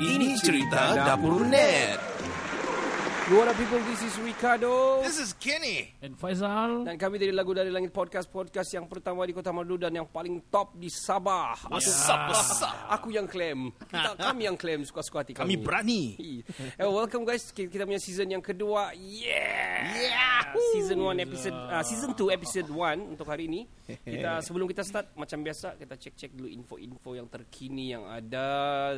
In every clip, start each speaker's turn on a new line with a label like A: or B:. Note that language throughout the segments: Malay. A: Ini cerita dapur net.
B: What up people, this is Ricardo
A: This is Kenny.
C: Dan Faizal
B: Dan kami dari Lagu Dari Langit Podcast Podcast yang pertama di Kota Merdu Dan yang paling top di Sabah Aku, aku yang claim Kita, Kami yang claim suka-suka hati kami
A: Kami berani.
B: Eh, Welcome guys Ki- Kita punya season yang kedua Yeah, Uh, Season 1 episode uh, Season 2 episode 1 Untuk hari ini kita Sebelum kita start Macam biasa Kita cek-cek dulu info-info yang terkini Yang ada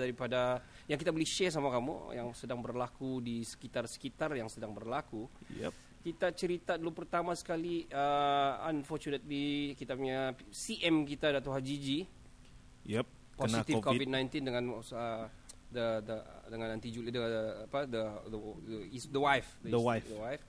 B: Daripada Yang kita boleh share sama kamu Yang sedang berlaku Di sekitar-sekitar Yang sedang berlaku
A: Yep.
B: kita cerita dulu pertama sekali uh, unfortunately kita punya CM kita Dato Haji Ji
A: Yep.
B: positif COVID-19 dengan uh, the, the dengan anti Juli the, the apa the the, the, is the wife
A: The
B: is-
A: wife.
B: the wife.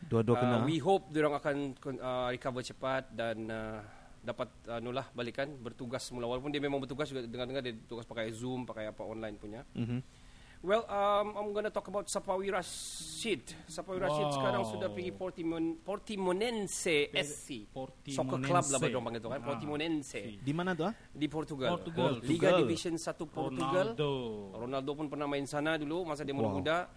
A: Dua-dua kena.
B: Uh, we hope diorang akan kon- uh, recover cepat dan uh, dapat uh, nulah balikan bertugas semula walaupun dia memang bertugas juga dengar-dengar dia bertugas pakai Zoom pakai apa online punya.
A: Mhm.
B: Well, um, I'm gonna talk about Sapawi Rashid. Sapawi Rashid
C: Wow.
B: sekarang sudah pergi Portimon, Portimonense SC.
C: Portimonense. Ah,
B: Soccer club lah mereka panggil tu kan. Portimonense.
A: Di mana tu ah?
B: Di Portugal.
C: Portugal.
A: Portugal.
B: Liga Division 1 Portugal.
C: Ronaldo.
B: Ronaldo pun pernah main sana dulu masa dia muda-muda.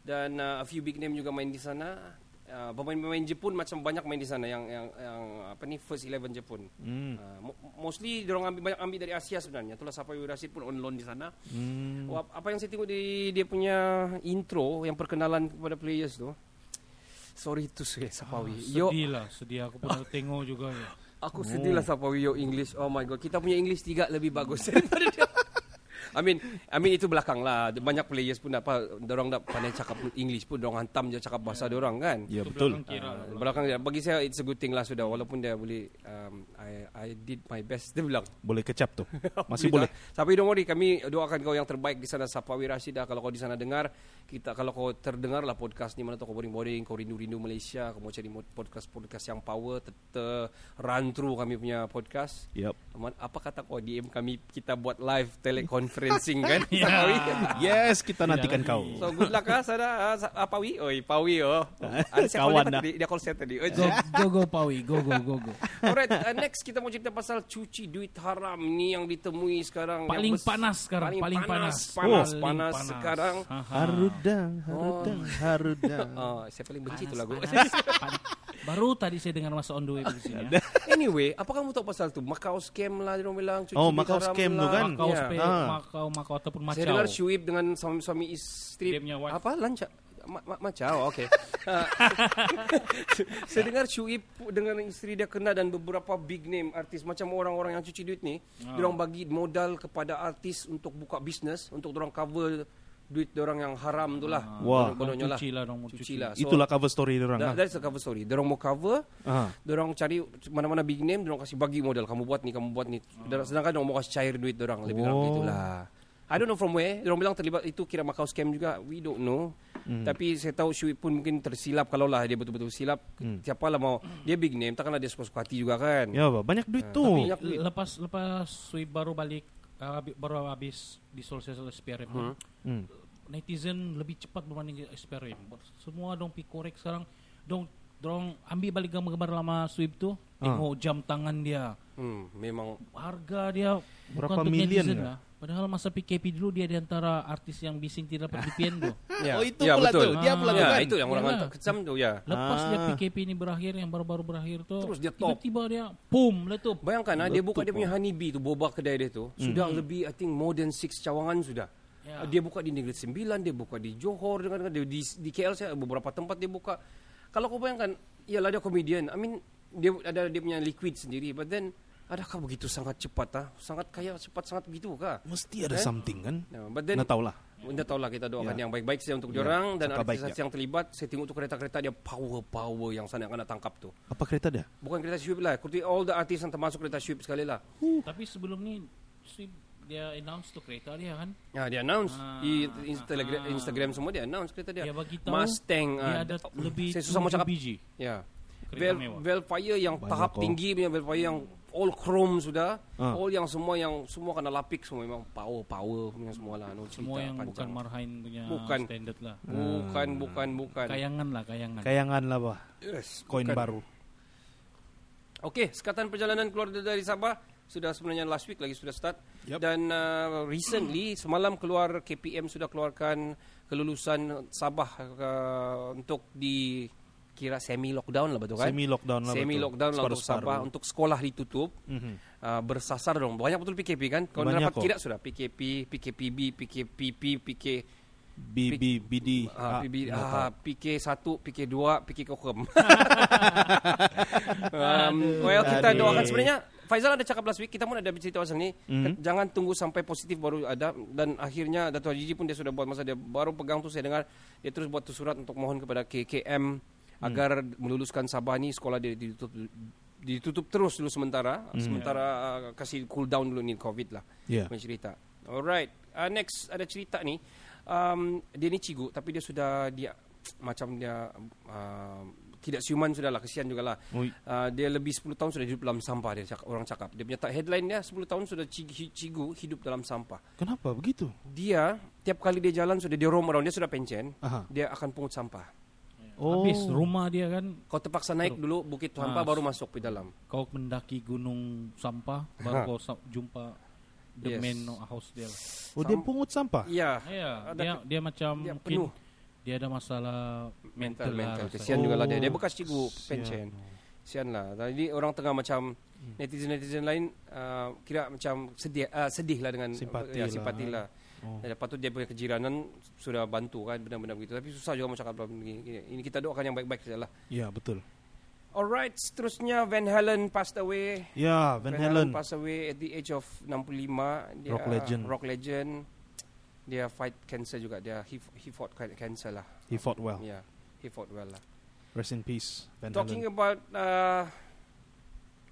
B: Dan uh, a few big name juga main di sana. Uh, pemain-pemain Jepun macam banyak main di sana yang yang yang apa ni first 11 Jepun.
A: Hmm.
B: Uh, mo- mostly diorang ambil banyak ambil dari Asia sebenarnya. Itulah Sapawi Rashid pun on loan di sana.
A: Hmm.
B: Wah, apa yang saya tengok di dia punya intro yang perkenalan kepada players tu. Sorry tu saya Sapawi.
A: Ah,
B: yo,
C: Sedih lah Sedih aku pernah tengok juga ya.
B: aku sedih lah Sapawi yo English. Oh my god, kita punya English tiga lebih bagus daripada dia. I mean, I mean itu belakang lah. Banyak players pun apa, orang dah pandai cakap English pun, orang hantam je cakap bahasa orang kan.
A: Ya
C: Itu
A: betul.
C: belakang kira lah.
B: Ah, belakang dia. Bagi saya it's a good thing lah sudah. Walaupun dia boleh, um, I I did my best. Dia bilang,
A: Boleh kecap tu. Masih boleh.
B: Tapi don't worry, kami doakan kau yang terbaik di sana. Sapawi Rashida. Kalau kau di sana dengar, kita kalau kau terdengar lah podcast ni mana tu kau boring-boring, kau rindu-rindu Malaysia, kau mau cari mo- podcast-podcast yang power, ter, ter- run through kami punya podcast.
A: Yep.
B: Man, apa kata kau DM kami kita buat live teleconferencing kan?
C: Iya.
A: Ya.
B: Sapawi.
C: Ya.
A: Yes, kita nantikan kau.
B: So good luck ah sana ah, Sa- ah, Pawi. Oi, Pawi oh. Ada siapa
A: Kawan
B: dia
A: dah.
B: tadi? Dia call saya tadi. Oi,
C: Go, go go Pawi Go go go go
B: Alright, uh, next kita mau cerita pasal cuci duit haram ni yang ditemui sekarang.
C: Paling
B: Yang bes-
C: panas sekarang Paling panas
B: Panas, panas,
A: Oh.
C: Paling
B: panas sekarang.
C: Ha, ha.
A: Harudang, harudang, harudang.
B: Oh, saya paling benci
C: Panas,
B: tu lagu.
C: panas, panas. Baru tadi saya dengar masa on the way pergi sini ya.
B: anyway, apa kamu tahu pasal tu? Macau scam lah dia orang bilang. Cuci
A: Oh,
B: duit
A: Macau
B: haram
A: scam tu
B: lah.
A: kan?
C: Makau
B: Ya.
C: yeah. space
A: Ah.
C: Makau Makau ataupun Macau
B: Saya dengar Shuib dengan suami-suami isteri.
C: Dia punya wife.
B: Apa? Lancar. Ma- ma- Macau, okay. Ah, saya dengar Shuib dengan isteri dia kena dan beberapa big name artis. Macam orang-orang yang cuci duit ni.
C: Ah.
B: Dia orang bagi modal kepada artis untuk buka bisnes. Untuk orang cover duit orang yang haram tu lah.
A: Wah.
B: Konon-kononnya
C: Orang cuci lah, Ah. orang mau
B: Cuci
C: cuci.
B: lah. So,
A: Itulah cover story dia orang.
B: That,
A: lah.
B: that's the cover story. Dorong mau cover,
A: Ah.
B: dorong cari mana-mana big name, dorong kasih bagi modal. Kamu buat ni, kamu buat ni. Dorang- Sedangkan dorong mau kasih cair duit dorong. Lebih kurang
A: Oh.
B: gitulah. lah. I don't know from where. Dorong bilang terlibat itu kira Macau scam juga. We don't know.
A: Hmm.
B: Tapi saya tahu Shuib pun mungkin tersilap kalau lah dia betul-betul silap. Siapalah mau dia big name, takkanlah dia suka-suka hati juga kan.
A: Hmm. Ya, Pak, banyak duit tu.
B: Tapi banyak duit.
C: Lepas Lepas Sweep baru balik ah, habi- Baru habis Di Solskjaer SPRM tu,
A: Hmm.
C: netizen lebih cepat berbanding dengan SPRM. Semua dong pi korek sekarang. Dong dong ambil balik gambar-gambar lama sweep tu.
A: Ah.
C: Tengok jam tangan dia.
B: Hmm, memang
C: Harga dia
A: Berapa
C: untuk
A: million
C: netizen
A: ya?
C: lah. Padahal masa PKP dulu dia di antara artis yang bising tidak dapat DPN tu.
B: Ya.
A: Oh, itu
B: ya,
A: pula
B: betul.
A: tu. Dia pula tu
B: ya,
A: kan?
B: itu yang orang
C: Ya.
B: hantar kecam tu ya.
C: Lepas dia
A: Ah.
C: PKP ini berakhir yang baru-baru berakhir tu.
B: Terus dia top.
C: Tiba-tiba dia boom letup.
B: Bayangkan ah, dia buka dia punya honeybee tu boba kedai dia
A: Hmm.
B: tu sudah lebih I think more than 6 cawangan sudah. Ah,
C: Ya.
B: Dia buka di Negeri Sembilan, dia buka di Johor dengan dia di, di KL saya beberapa tempat dia buka. Kalau kau bayangkan, iyalah dia komedian. I mean dia ada dia punya liquid sendiri but then adakah begitu sangat cepat ah? Sangat kaya cepat sangat begitu kah?
A: Mesti ada something kan?
B: No, but Eh? Ya, then
A: Nak tahulah.
B: Anda tahulah kita doakan
A: Ya.
B: yang baik-baik saja untuk diorang dan
A: sangka baik ya.
B: artis
A: je.
B: yang terlibat. Saya tengok tu kereta-kereta dia power-power yang sana akan tangkap tu.
A: Apa kereta dia?
B: Bukan kereta Shuib lah. Kurti all the artis yang termasuk kereta Shuib sekali lah.
C: Tapi sebelum ni sweep dia announce tu kereta dia kan.
B: Ya, dia announce
C: Ah,
B: di Instagram,
C: ah.
B: Instagram semua dia announce kereta dia.
C: Dia bagi tahu
B: Mustang
C: dia
B: Ya. ah,
C: ada
B: d-
C: lebih
B: saya susah mau
C: tujuh
B: cakap.
C: biji.
B: Ya.
C: Kereta
B: Vel,
C: mewah.
B: Velfire yang
A: Banyak
B: tahap
A: kau.
B: tinggi punya Velfire yang all chrome sudah.
A: Ah.
B: All yang semua yang semua kena lapik semua memang power power punya semua lah. No,
C: Semua
B: cerita
C: yang bukan
B: panjang.
C: Marhain punya
B: Bukan.
C: standard lah.
A: Ah.
B: bukan bukan bukan.
C: Kayangan lah, kayangan.
A: Kayangan lah, Pak.
B: yes,
A: Koin
B: Kan. bukan.
A: baru.
B: Okey, sekatan perjalanan keluar dari Sabah Sudah sebenarnya last week lagi sudah start
A: Yup.
B: dan uh, recently semalam keluar KPM sudah keluarkan kelulusan Sabah uh, untuk di kira semi lockdown lah betul kan?
A: Semi lockdown lah
B: Semi
A: betul.
B: lockdown lah untuk
A: Separuh-separuh.
B: Sabah untuk sekolah ditutup.
A: Mhm.
B: Uh, bersasar dong. Banyak betul PKP kan? Kau
A: Banyak
B: dapat
A: kok.
B: kira sudah PKP, PKPB, PKPP, PK
A: BBBD.
B: Ah, PB, ah, PK1, PK2, PK Kokem. um, well, kita
A: Aduh.
B: doakan sebenarnya Faizal ada cakap last week, kita pun ada bercerita pasal ni. Ke- Jangan tunggu sampai positif baru ada. Dan akhirnya Dato' Haji pun dia sudah buat masa dia baru pegang tu saya dengar. Dia terus buat tu surat untuk mohon kepada KKM agar meluluskan Sabah ni sekolah dia ditutup ditutup terus dulu sementara. Sementara uh, kasih cool down dulu ni COVID lah
A: Ya.
B: punya cerita. Alright. Uh, next ada cerita ni. Um, dia ni cigu tapi dia sudah dia macam dia uh, tidak siuman sudah lah kesian jugalah.
A: Ui.
B: Uh, dia lebih 10 tahun sudah hidup dalam sampah dia cakap, orang cakap. Dia punya tak headline dia 10 tahun sudah cigu, cigu hidup dalam sampah.
A: Kenapa begitu?
B: Dia tiap kali dia jalan sudah dia roam around dia sudah pencen.
A: Aha.
B: Dia akan pungut sampah.
A: Oh.
C: Habis rumah dia kan
B: Kau terpaksa naik dulu bukit sampah
C: Ah.
B: baru masuk ke dalam.
C: kau mendaki gunung sampah baru kau sa- jumpa the
B: Yes.
C: man of house dia. lah.
A: Oh, dia pungut sampah.
B: Ya.
C: Ya,
B: Ada
C: dia
B: ke-
C: dia macam
B: dia penuh.
C: mungkin dia ada masalah mental,
B: mental mental
C: lah,
B: kesian
A: Oh,
B: juga lah dia dia bekas cikgu
A: kesian.
B: pencen kesian lah jadi orang tengah macam netizen netizen lain uh, kira macam sedih uh, sedih lah dengan
A: Simpati
B: ya,
A: lah.
B: simpati lah,
A: Oh.
B: Dan lepas tu dia punya kejiranan sudah bantu kan benda-benda begitu tapi susah juga macam kalau begini Gini, ini kita doakan yang baik-baik sajalah
A: Ya, betul.
B: alright seterusnya Van Halen passed away
A: Ya, Van Halen.
B: passed away at the age of 65 dia
A: Rock legend.
B: rock legend dia fight cancer juga dia he, he fought cancer lah
A: He fought well.
B: yeah he fought well lah
A: Rest in peace, Van
B: Talking
A: Halen.
B: about uh,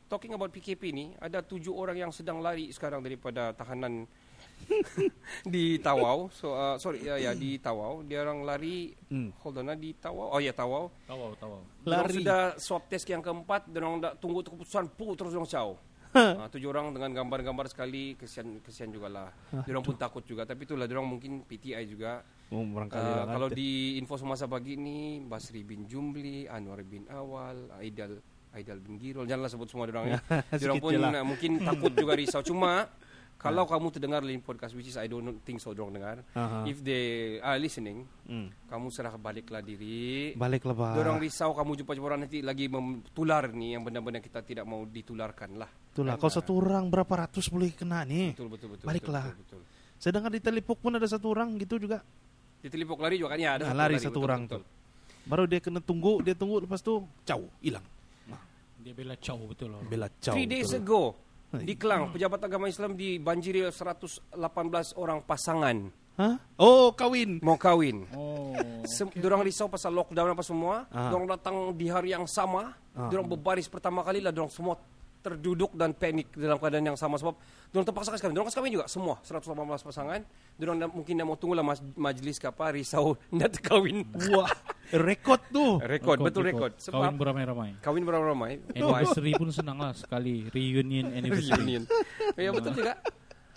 B: talking about PKP ni, ada tujuh orang yang sedang lari sekarang daripada tahanan di Tawau. So uh, sorry ya ya di Tawau. Dia orang lari
A: Hmm.
B: hold on ah, di Tawau. Oh ya Tawau.
C: Tawau, tawau.
B: Dorang
A: Lari.
B: sudah swab test yang keempat, dia orang dah tunggu tu keputusan pu terus dia orang caw. Ha, tujuh orang dengan gambar-gambar sekali kesian kesian jugalah.
A: Ah,
B: Dia orang pun takut juga tapi itulah dia orang mungkin PTI juga.
A: Oh, barangkali
B: Uh,
A: lah.
B: kalau di info semasa pagi ni Basri bin Jumli, Anwar bin Awal, Aidal Aidal bin Girol janganlah sebut semua orang ya.
A: Sikit
B: Diorang pun
A: je lah.
B: uh, mungkin takut juga risau cuma Ah. kalau kamu terdengar link podcast which is I don't think so dorang dengar.
A: Aha.
B: If they are listening,
A: Hmm.
B: kamu serah baliklah diri.
A: Balik lah, lebah.
B: Dorang risau kamu jumpa jumpa orang nanti lagi tular ni yang benda-benda kita tidak mau ditularkan lah.
A: Itulah, kalau satu orang berapa ratus boleh kena nih.
B: Betul betul betul.
A: Baliklah.
B: Betul, betul, betul.
A: Saya dengar di Telipok pun ada satu orang gitu juga.
B: Di telipok lari juga kan ya ada
A: Nah, Ah, lari satu
B: betul,
A: orang
B: betul.
A: tuh. Baru dia kena tunggu, dia tunggu lepas tu caw, hilang.
C: Dia bela caw betul lah.
A: Bela caw.
B: Three days
A: betul.
B: ago di Kelang, pejabat agama Islam dibanjiri 118 orang pasangan
A: Hah? Oh, kawin.
B: mau kawin.
C: Oh.
B: Sem- Dorang risau pasal lockdown apa semua.
A: Ah.
B: Dorang datang di hari yang sama. Dorang berbaris pertama kali lah. Dorang semua terduduk dan panik dalam keadaan yang sama sebab dorang terpaksa kasih kawin. Dorang kasih kawin juga semua 118 pasangan. Dorang dah- mungkin dah mau tunggu lah mas- majlis ke apa risau nak terkawin.
A: Wah, rekod tuh.
B: Rekod, betul rekod.
C: Kawin
B: Sebab
C: beramai-ramai.
B: kawin beramai-ramai. Wise.
C: Anniversary pun senang lah sekali. Reunion anniversary.
B: reunion. ya betul juga.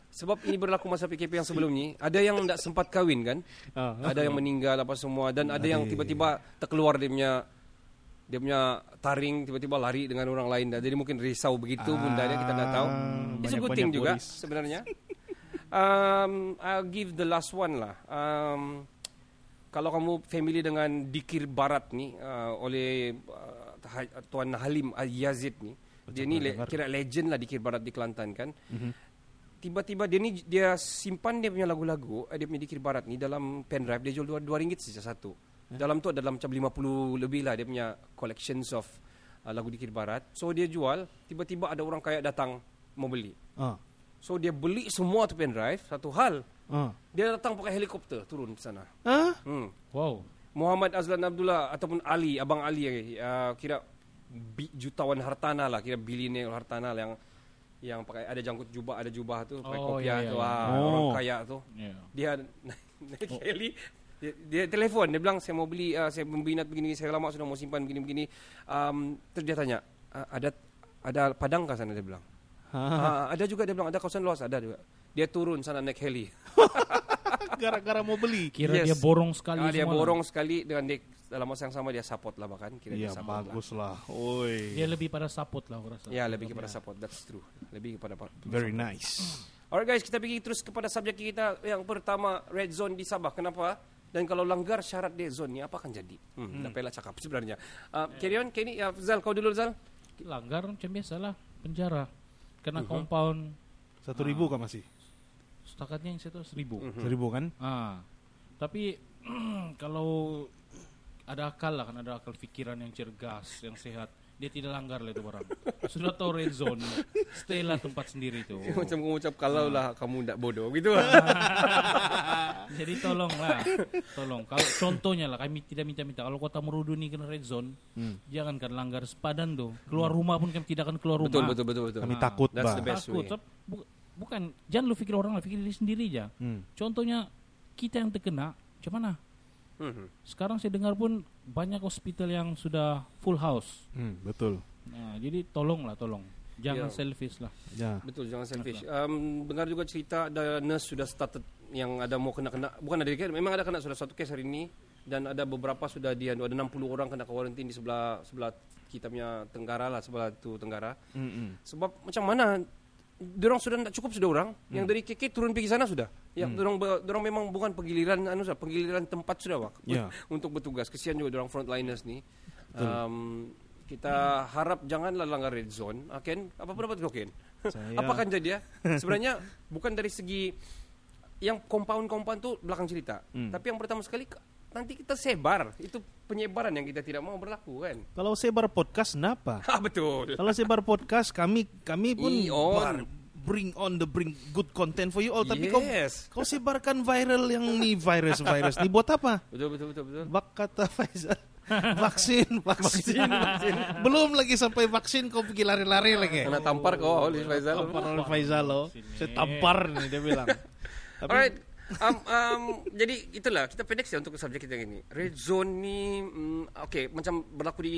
B: Sebab ini berlaku masa PKP yang sebelum ni, ada yang tak sempat kahwin kan?
A: Ah.
B: Ada yang meninggal apa semua dan ada yang tiba-tiba terkeluar dia punya dia punya taring tiba-tiba lari dengan orang lain dah. Jadi mungkin risau
A: Ah,
B: begitu bunda dia kita tak tahu. It's a good thing
A: banyak-banyak
B: juga
A: worries.
B: sebenarnya. Um, I'll give the last one lah. Um, kalau kamu family dengan Dikir Barat ni uh, oleh uh, Ha- Tuan Halim Al-Yazid ni. Dia ni le- kira legend lah Dikir Barat di Kelantan kan. Tiba-tiba dia ni dia simpan dia punya lagu-lagu, eh, dia punya Dikir Barat ni dalam pendrive dia jual 2 ringgit saja satu. Dalam tu ada dalam macam 50 lebih lah dia punya collections of uh, lagu Dikir Barat. So dia jual, tiba-tiba ada orang kaya datang mau beli.
A: Ah.
B: So dia beli semua tu pendrive, satu hal.
A: Ah.
B: Dia datang pakai helikopter turun ke sana.
A: Ah.
B: Hmm.
C: Wow.
B: Muhammad Azlan Abdullah ataupun Ali, abang Ali uh, kira bi- jutawan hartana lah, kira bilioner hartana lah yang yang pakai ada jangkut jubah, ada jubah tu, pakai
C: Oh,
B: kopiah
C: ya, ya,
B: tu,
C: ya.
B: ah,
A: Oh.
B: orang kaya tu.
C: Ya.
B: Dia naik naik heli dia, dia telefon, dia bilang saya mau beli uh, saya membinat begini, saya lama sudah mau simpan begini-begini. Um, terus dia tanya, "Ah, ada ada padang ke sana dia bilang.
A: Ha.
B: Ah, ada juga dia bilang ada kawasan luas ada juga. Dia turun sana naik heli.
A: Gara-gara mau beli.
C: Kira
B: Yes.
C: dia borong sekali
B: Ah, dia
C: semua lah.
B: borong sekali dengan dia dalam masa yang sama dia support lah bahkan kira
A: Ya
B: dia support lah.
A: bagus lah. Oi.
B: Iya.
C: Dia lebih pada support lah aku rasa.
B: Ya lebih kepada support that's true. Lebih kepada support.
A: Very nice.
B: Alright guys, kita pergi terus kepada subjek kita yang pertama red zone di Sabah. Kenapa? Dan kalau langgar syarat red zone ni apa akan jadi? Hmm, dah payah cakap sebenarnya. Uh, carry on, Kenny, uh, Zal kau dulu Zal.
C: Langgar macam biasalah penjara. Kena
B: Mhm.
C: compound
A: Satu ribu kan masih?
B: Mm-hmm.
C: setakatnya yang satu seribu.
B: Mhm.
A: Seribu
B: Nah,
A: kan?
C: Ah, tapi kalau ada akal lah kan ada akal fikiran yang cergas, yang sehat, dia tidak langgar lah itu barang. Sudah tahu red zone, stay lah tempat sendiri itu.
B: Eh, macam kau ucap kalau lah kamu tidak bodoh gitu.
C: Jadi tolonglah, tolong. Kalau contohnya lah kami tidak minta-minta. Kalau kota Merudu ni kena red zone,
B: Hmm.
C: jangan kan langgar sepadan tuh. Keluar rumah pun kami tidak akan keluar rumah.
B: betul, betul, betul, betul.
A: Kami takut
B: That's
A: bah.
B: the best
C: Takut,
B: way.
C: sebab bu- bukan jangan lu pikir orang lah, pikir diri sendiri aja.
A: Hmm.
C: Contohnya kita yang terkena, macam mana?
B: Mhm.
C: Sekarang saya dengar pun banyak hospital yang sudah full house.
A: Hmm, betul.
C: Nah, jadi tolonglah, tolong.
B: Ya.
C: Jangan selfish lah.
A: Ya.
B: Betul jangan selfish. Um, dengar juga cerita ada nurse sudah started yang ada mau kena-kena bukan ada kes memang ada kena sudah satu kes hari ini dan ada beberapa sudah dia ada 60 orang kena karantin di sebelah sebelah kita punya tenggara lah sebelah tu tenggara.
A: Mm-mm.
B: Sebab macam mana Diorang sudah tak cukup sudah orang Yang
A: Hmm.
B: dari KK turun pergi sana sudah Yang diorang, ber- diorang memang bukan penggiliran anu sudah, Penggiliran tempat sudah wak
A: Ya.
B: Untuk bertugas Kesian juga diorang frontliners ni um, Kita harap janganlah langgar red zone ah, Ken, apa pendapat kau Ken?
A: Saya-
B: apa akan jadi ya? Sebenarnya bukan dari segi Yang compound-compound tu belakang cerita
A: Hmm.
B: Tapi yang pertama sekali Nanti kita sebar Itu penyebaran yang kita tidak mau berlaku kan
A: Kalau sebar podcast, kenapa?
B: Ah Betul
A: Kalau sebar podcast, kami kami pun
B: I on.
A: bar- bring on the bring good content for you all. Oh, Tapi kau
B: Yes.
A: kau sebarkan viral yang ni virus virus ni buat apa?
B: Betul betul betul betul
A: Bak kata Faizal vaksin, vaksin, vaksin. Belum lagi sampai vaksin kau pergi lari-lari lagi.
B: Kena tampar kau oleh Faizal.
A: Tampar oleh Faizal lo. Saya tampar nih dia bilang. Tapi
B: Alright. Um, um, jadi itulah kita pendek sih untuk subjek kita ini. Red zone ni mm, okey macam berlaku di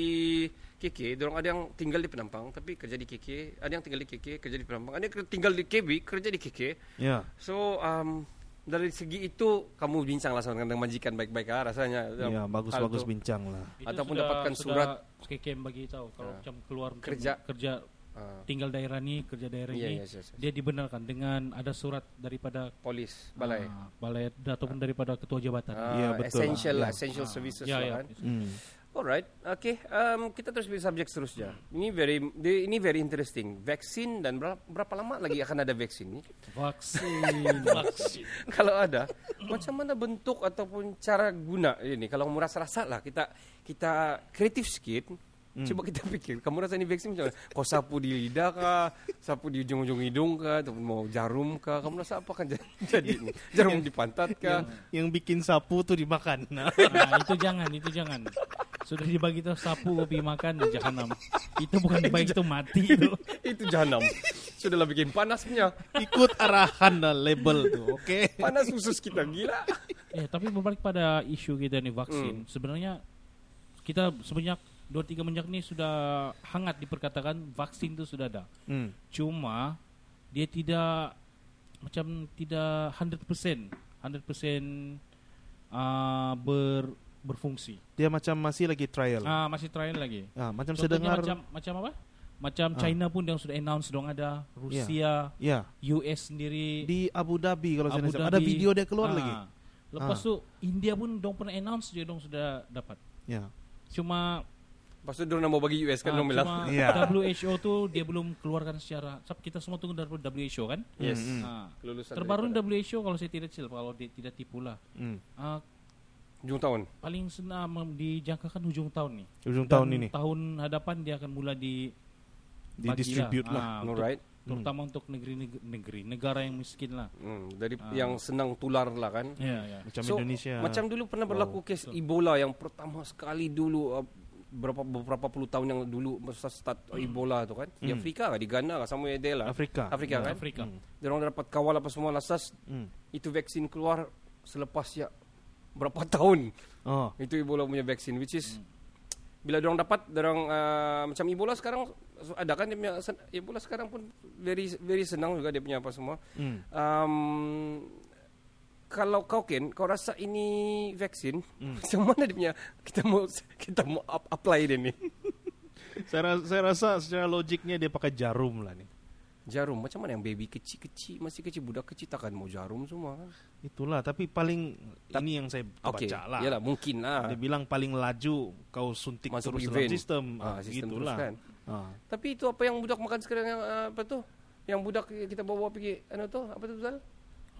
B: KK, dorong ada yang tinggal di Penampang tapi kerja di KK, ada yang tinggal di KK kerja di Penampang, ada yang ke- tinggal di KB kerja di KK.
A: ya.
B: So um, dari segi itu kamu bincanglah sama dengan majikan baik-baik lah rasanya. dalam
A: Ya,
B: hal
A: bagus-bagus
B: tu.
A: bincang lah.
C: Itu
B: Ataupun
C: sudah-
B: dapatkan
C: sudah
B: surat. Iya.
C: KKM bagi tahu kalau macam keluar macam
B: Kerja.
C: kerja
B: Ah,
C: tinggal daerah ni, kerja daerah
B: Iya,
C: ini,
B: yes, yes, yes.
C: dia dibenarkan dengan ada surat daripada
B: polis balai.
C: ah, balai ataupun daripada ketua jabatan.
B: Ah,
A: Ya, betul.
B: Essential
A: Ya.
B: lah, essential services
C: ya,
B: lah
C: ya.
B: kan.
A: Hmm.
B: Alright, okay. Um, kita terus pilih subjek seterusnya. Ini very, di- ini very interesting. Vaksin dan berapa, berapa lama lagi akan ada vaksin ni?
C: Vaksin, vaksin.
B: kalau ada, macam mana bentuk ataupun cara guna ini? Kalau kamu rasa-rasa lah, kita kita kreatif sikit. Coba kita pikir, kamu rasa ini vaksin macam mana? Kau sapu di lidah kah? Sapu di ujung-ujung hidung kah? Ataupun mau jarum kah? Kamu rasa apa akan jadi- jadi? ni? Jarum di pantat kah?
A: Yang bikin sapu tuh dimakan.
C: Nah, itu jangan, itu jangan. Sudah dibagi tahu sapu kopi makan di jahanam. Itu bukan baik itu mati itu.
B: Itu jahanam. Sudahlah bikin panas punya.
A: Ikut arahan dan label tuh, oke?
B: Panas khusus kita, gila.
C: Ya, tapi berbalik pada isu kita nih vaksin. Sebenarnya kita sebanyak 2 3 menjak ini sudah hangat diperkatakan vaksin itu sudah ada.
A: Hmm.
C: Cuma dia tidak macam tidak 100% 100% uh, ber berfungsi.
A: Dia macam masih lagi trial.
C: Ah, masih trial lagi.
A: Ah, macam
C: Contohnya
A: sedengar
C: macam macam apa? Macam
A: Ah.
C: China pun yang sudah announce dong ada Rusia,
A: ya
C: US sendiri,
A: di Abu Dhabi kalau saya
C: Abu
A: tidak salah. ada
C: Dhabi.
A: video dia keluar
C: Ah.
A: lagi.
C: Lepas
A: Ah.
C: tu India pun dong pernah announce je dong sudah dapat.
A: Ya.
C: Cuma
B: Lepas tu diorang nak mau bagi US kan
C: ah,
B: diorang bilang.
C: cuma
A: Iya.
C: WHO tu dia belum keluarkan secara sebab kita semua tunggu dari WHO kan?
B: Yes.
C: Ah.
B: Kelulusan
C: Terbaru
B: daripada-
C: WHO kalau saya tidak silap kalau dia tidak tipu lah.
A: Hmm.
C: Ah,
B: Hujung tahun.
C: paling senang ah, mem- dijangkakan hujung tahun nih.
A: Ujung
C: Dan
A: tahun ini
C: Tahun hadapan dia akan mula di
A: di distribute lah.
C: Ah, untuk-
B: Alright.
C: terutama untuk negeri negeri negara yang miskin lah.
B: Hmm, dari yang senang tular lah kan.
C: Ya ya.
A: Macam
B: So,
A: Indonesia.
B: Macam dulu pernah berlaku kes Ebola yang pertama sekali dulu uh, berapa beberapa puluh tahun yang dulu masa start
C: Hmm.
B: Ebola tu kan. Di Afrika kah? Di Ghana kah? Sama dia lah.
A: Afrika.
B: Afrika kan.
C: Afrika.
B: Diorang dapat kawal apa semua lasas.
A: Hmm.
B: Itu vaksin keluar selepas ya berapa tahun.
A: Oh.
B: Itu Ebola punya vaksin which is bila orang dapat orang macam Ebola sekarang so, ada kan dia punya sen- Ebola Hmm. sekarang pun very very senang juga dia punya apa semua.
A: Hmm.
B: Um, kalau kau Ken, kau rasa ini vaksin,
A: Hmm.
B: macam mana dia punya kita mau kita mau up- apply dia ni?
A: Saya, ra- saya rasa secara logiknya dia pakai jarum lah nih.
B: Jarum macam mana yang baby kecil-kecil masih kecil budak kecil takkan mau jarum semua kan?
A: Itulah, tapi paling ini yang saya
B: Okey.
A: baca lah.
B: Yalah mungkin lah.
A: Dia bilang paling laju kau suntik
B: Ah. Masuk
A: terus
B: event.
A: dalam sistem.
B: Ah,
A: Ah,
B: sistem
A: gitulah.
B: teruskan.
A: Ah.
B: Tapi itu apa yang budak makan sekarang yang ah, apa tu? Yang budak kita bawa pergi anu tu apa tu Zal?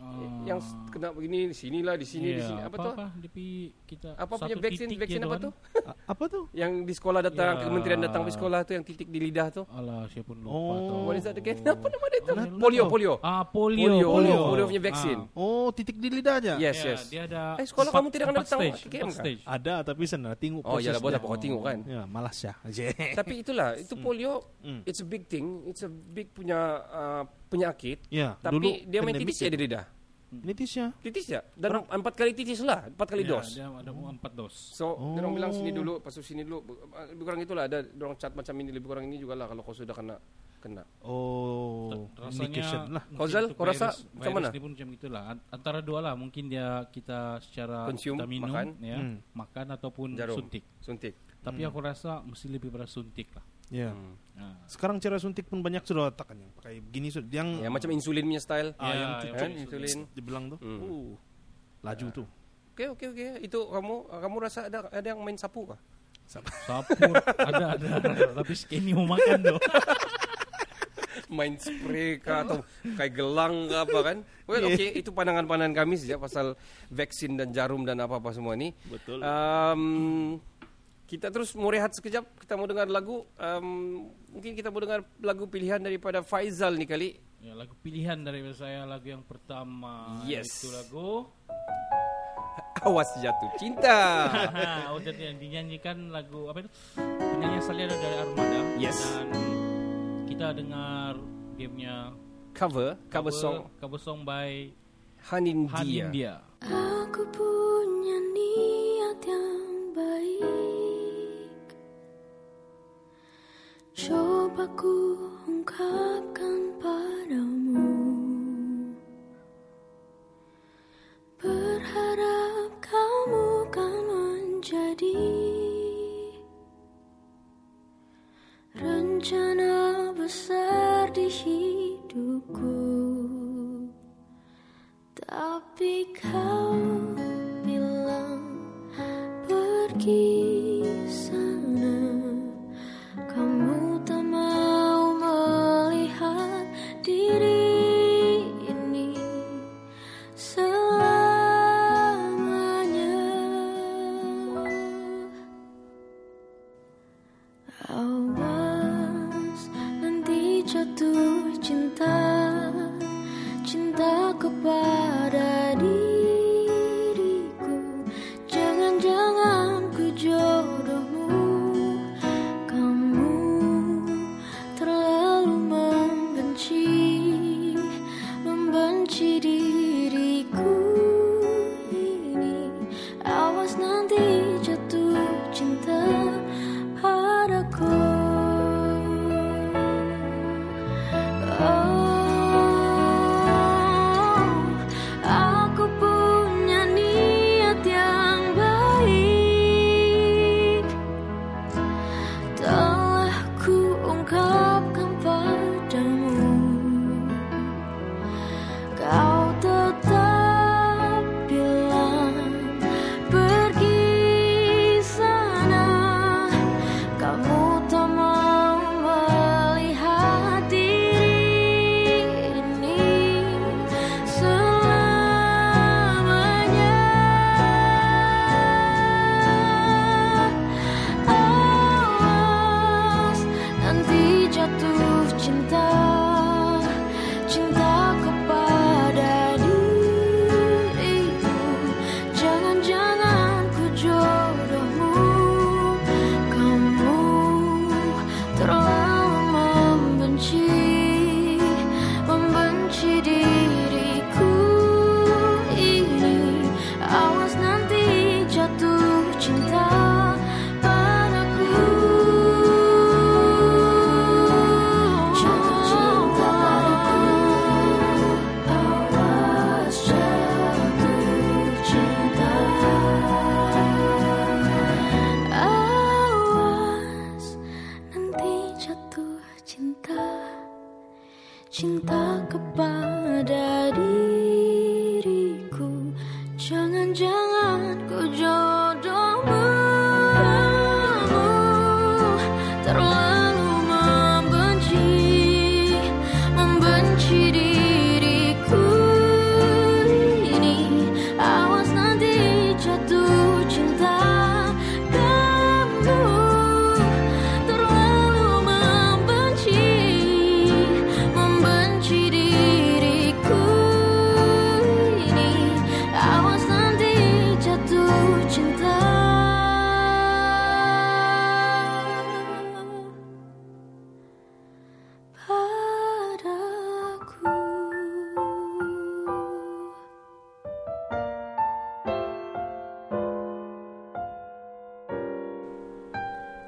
C: Ah.
B: Yang s- kena begini di sinilah di sini di sini apa, tu?
C: Eh, ya, Apa, dia pi kita
B: Apa
C: satu
B: punya vaksin
C: titik
B: vaksin
C: dia kan.
B: apa
C: doan.
B: tu?
A: A- apa tuh?
B: Yang di sekolah datang,
C: Ya.
B: kementerian datang di sekolah tu yang titik di lidah tu.
C: Alah, siapa pun lupa
A: Oh.
C: tu.
B: What is that again? Apa nama dia tu?
A: Nat-
B: Polio, polio.
C: Ah, polio,
B: polio,
C: polio. Ah.
B: polio, polio punya vaksin.
A: Oh, titik di lidah aja.
B: Yes,
C: Ya,
B: yes.
C: Dia ada
B: Eh, sekolah
C: empat-
B: kamu tidak kena
C: empat
B: datang
C: stage,
B: ke Ah, KM
C: empat
B: kah?
C: stage.
A: Ada tapi saya nak tengok
B: Oh, ya lah, boleh
A: prosesnya.
B: apa kau tengok kan.
A: Ya, malas ya.
B: Tapi itulah, itu
C: Hmm.
B: polio, it's a big thing, it's a big punya ah, penyakit.
A: ya, dulu
B: Tapi dia main
A: pandemik
B: titis ya di lidah.
A: Nitis ya.
B: Titis ya? Dan empat kali titis lah, empat kali
C: Ya,
B: dos. Hmm.
C: Dia ada empat dos.
B: So, oh. orang bilang sini dulu, lepas tu sini dulu. Lebih kurang itulah ada orang cat macam ini lebih kurang ini jugalah kalau kau sudah kena kena.
A: Oh, indication lah.
C: mungkin
B: Kozal,
C: untuk
B: kau rasa
C: virus-
B: macam mana?
C: Virus ni pun macam itulah. An- Antara dua lah mungkin dia kita secara
B: Consume,
C: kita minum,
B: makan.
C: ya,
A: Hmm.
C: makan ataupun
B: Jarum.
C: Hmm, suntik.
B: Suntik.
C: Tapi aku rasa mesti lebih pada suntik lah.
A: Ya.
C: Hmm.
B: Hmm.
C: Ha.
A: Sekarang cara suntik pun banyak sudah letak kan yang pakai begini sudah yang
B: Ya macam insulin punya style.
A: Hmm. ah,
C: Ya,
A: yang
C: yang
B: kan?
A: cucuk
B: Insulin.
A: dibilang tuh.
B: Hmm.
A: Uh, laju tuh.
B: Okey okey okey. Itu kamu kamu rasa ada ada yang main sapu kah?
C: Sapu ada ada tapi skinny mau makan doh.
B: Main spray kah atau kayak gelang kah apa kan? Well okey itu pandangan-pandangan kami saja pasal vaksin dan jarum dan apa-apa semua ni.
A: Betul.
B: Um, kita terus mau rehat sekejap. Kita mau dengar lagu um, mungkin kita mau dengar lagu pilihan daripada Faizal ni kali.
C: Ya, lagu pilihan dari saya lagu yang pertama
B: Yes.
C: itu lagu
B: Awas jatuh cinta.
C: Aha, udah ha, yang dinyanyikan lagu apa itu? Penyanyi asalnya ada dari Armada.
B: Yes.
C: Dan kita dengar dia punya
B: cover, cover song
C: cover song by
B: Hanin
C: Han
B: Dia.
C: India.
D: Aku punya niat yang baik Coba ku ungkapkan padamu Berharap kamu kan menjadi Rencana besar di hidupku tapi kau bilang pergi sana Kamu tak mau melihat diri ini selamanya Awas nanti jatuh cinta Cinta kepada diriku Jangan-jangan ku jual Oh,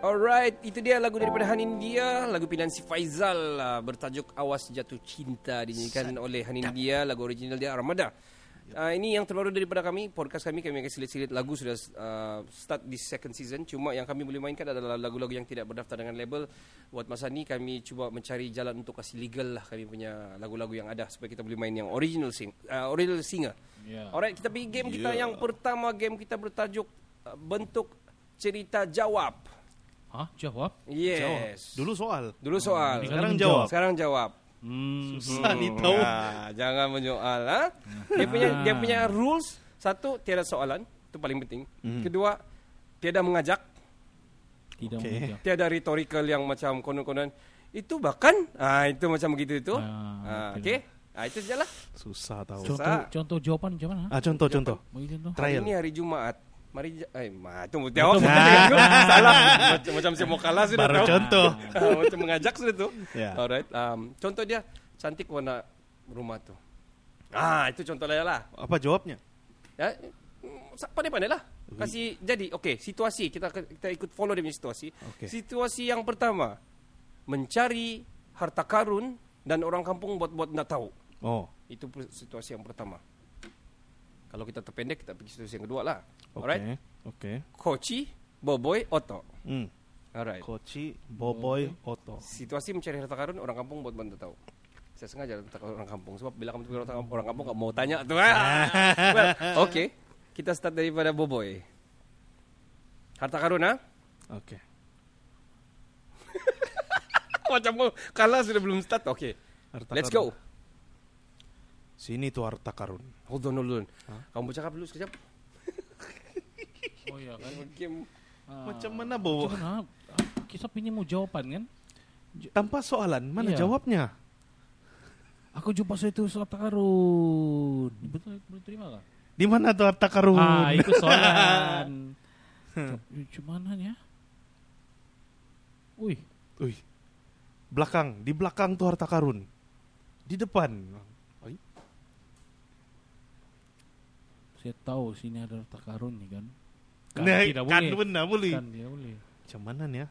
B: Alright, itu dia lagu daripada Hanin Dia, lagu pilihan si Faizal uh, bertajuk Awas Jatuh Cinta dinyanyikan oleh Hanin Dia, lagu original dia Armada. Uh, ini yang terbaru daripada kami, podcast kami kami akan silit-silit lagu sudah uh, start di second season. Cuma yang kami boleh mainkan adalah lagu-lagu yang tidak berdaftar dengan label. Buat masa ni kami cuba mencari jalan untuk kasih legal lah kami punya lagu-lagu yang ada supaya kita boleh main yang original sing uh, original singer.
C: Ya.
B: Alright, kita pergi game kita yang pertama game kita bertajuk uh, bentuk cerita jawab.
C: Hah? Ha, Jawab?
B: Yes.
A: Dulu soal.
B: Dulu soal.
C: Ini
A: Sekarang
C: Sekarang
A: jawab.
B: Sekarang jawab.
C: Hmm.
A: Susah ni tahu. Ah.
B: Ah, jangan menyoal ha? Dia punya dia punya rules satu tiada soalan, itu paling penting.
A: Hmm.
B: Kedua tiada mengajak,
C: Tidak
A: Okey.
C: mengejak.
B: tiada rhetorical yang macam konon-konon. Itu bahkan ah itu macam begitu itu.
C: Ah,
B: Ah, okey. Ah itu sajalah.
A: Susah tahu.
C: Contoh,
B: Susah.
C: contoh jawapan ha? macam mana?
A: Ah contoh contoh.
C: Bagi contoh.
B: Hari
A: Trial.
B: ini hari Jumaat. Mari ja- eh ma tu mesti jawab. Salah. Macam macam saya mau kalah sudah
A: Baru
B: tahu.
A: contoh.
B: Ah, macam mengajak sudah tu.
A: Ya.
B: Alright. Um, contoh dia cantik warna rumah tu. Ah, itu contoh lain lah.
A: Apa jawabnya?
B: Ya, mm, sa- pandai-pandai lah. Kasih jadi okey, situasi kita kita ikut follow dia punya situasi.
A: Okey.
B: Situasi yang pertama mencari harta karun dan orang kampung buat-buat nak tahu.
A: Oh.
B: Itu per- situasi yang pertama. Kalau kita terpendek kita pergi situasi yang kedua lah. Alright.
A: Oke. Oke.
B: Koci, Boboy, Oto.
A: Hmm.
B: Alright.
A: Koci, Boboy, Oto.
B: situasi mencari harta karun orang kampung buat benda tahu. Saya sengaja letak orang kampung sebab bila kamu tengok orang kampung, orang kampung gak mau tanya tu. Ah. well, okay. Kita start daripada Boboy. Harta karun ha?
A: Oke.
B: Macam mau kalah sudah belum start. Okay.
A: Harta
B: Let's
A: karun.
B: go.
A: Sini tuh harta karun.
B: Hold on, hold on.
A: Ha?
B: Kamu bercakap dulu sekejap.
C: Oh iya kan.
B: Game.
C: Ah,
A: Macam mana
C: macam
A: bawa?
C: mana? Kita punya mau jawapan kan?
A: Tanpa soalan, mana
C: Iya.
A: jawabnya?
C: Aku jumpa suatu harta karun. Betul, betul terima kah?
A: Di mana tuh harta karun?
C: Ah, itu soalan. Cumanan ya? Wih,
A: Uy. Belakang, di belakang tuh harta karun. Di depan. Oi.
C: saya tahu sini ada harta karun nih kan.
A: Nah,
C: tidak
A: kan
C: boleh.
A: benar boleh.
C: Kan tidak boleh.
A: Macam mana ya?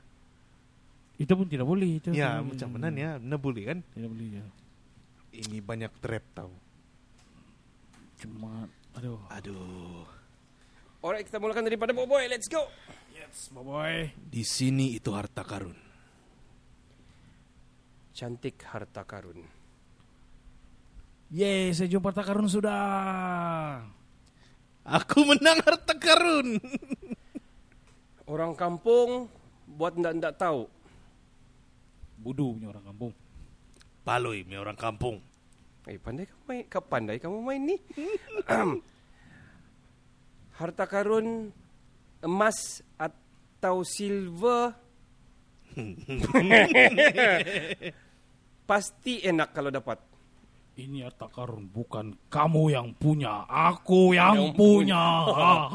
C: Itu pun tidak boleh. Itu
A: Ya,
C: tidak
A: macam
C: boleh.
A: mana ya? Benar boleh kan?
C: Tidak boleh ya.
A: Ini banyak trap tahu.
C: Cuma, aduh.
A: Aduh.
B: Alright, kita mulakan daripada Boboy. Let's go.
C: Yes, bye bye.
A: Di sini itu harta karun.
B: Cantik harta karun.
C: Yeay, saya jumpa harta karun sudah.
A: Aku menang harta karun.
B: Orang kampung buat ndak-ndak tahu.
C: Bodoh punya orang kampung.
A: Paloi, me orang kampung.
B: Eh, pandai kamu main. Kau pandai kamu main ni. Harta karun emas atau silver pasti enak kalau dapat.
C: Ini harta karun bukan kamu yang punya, aku yang, punya.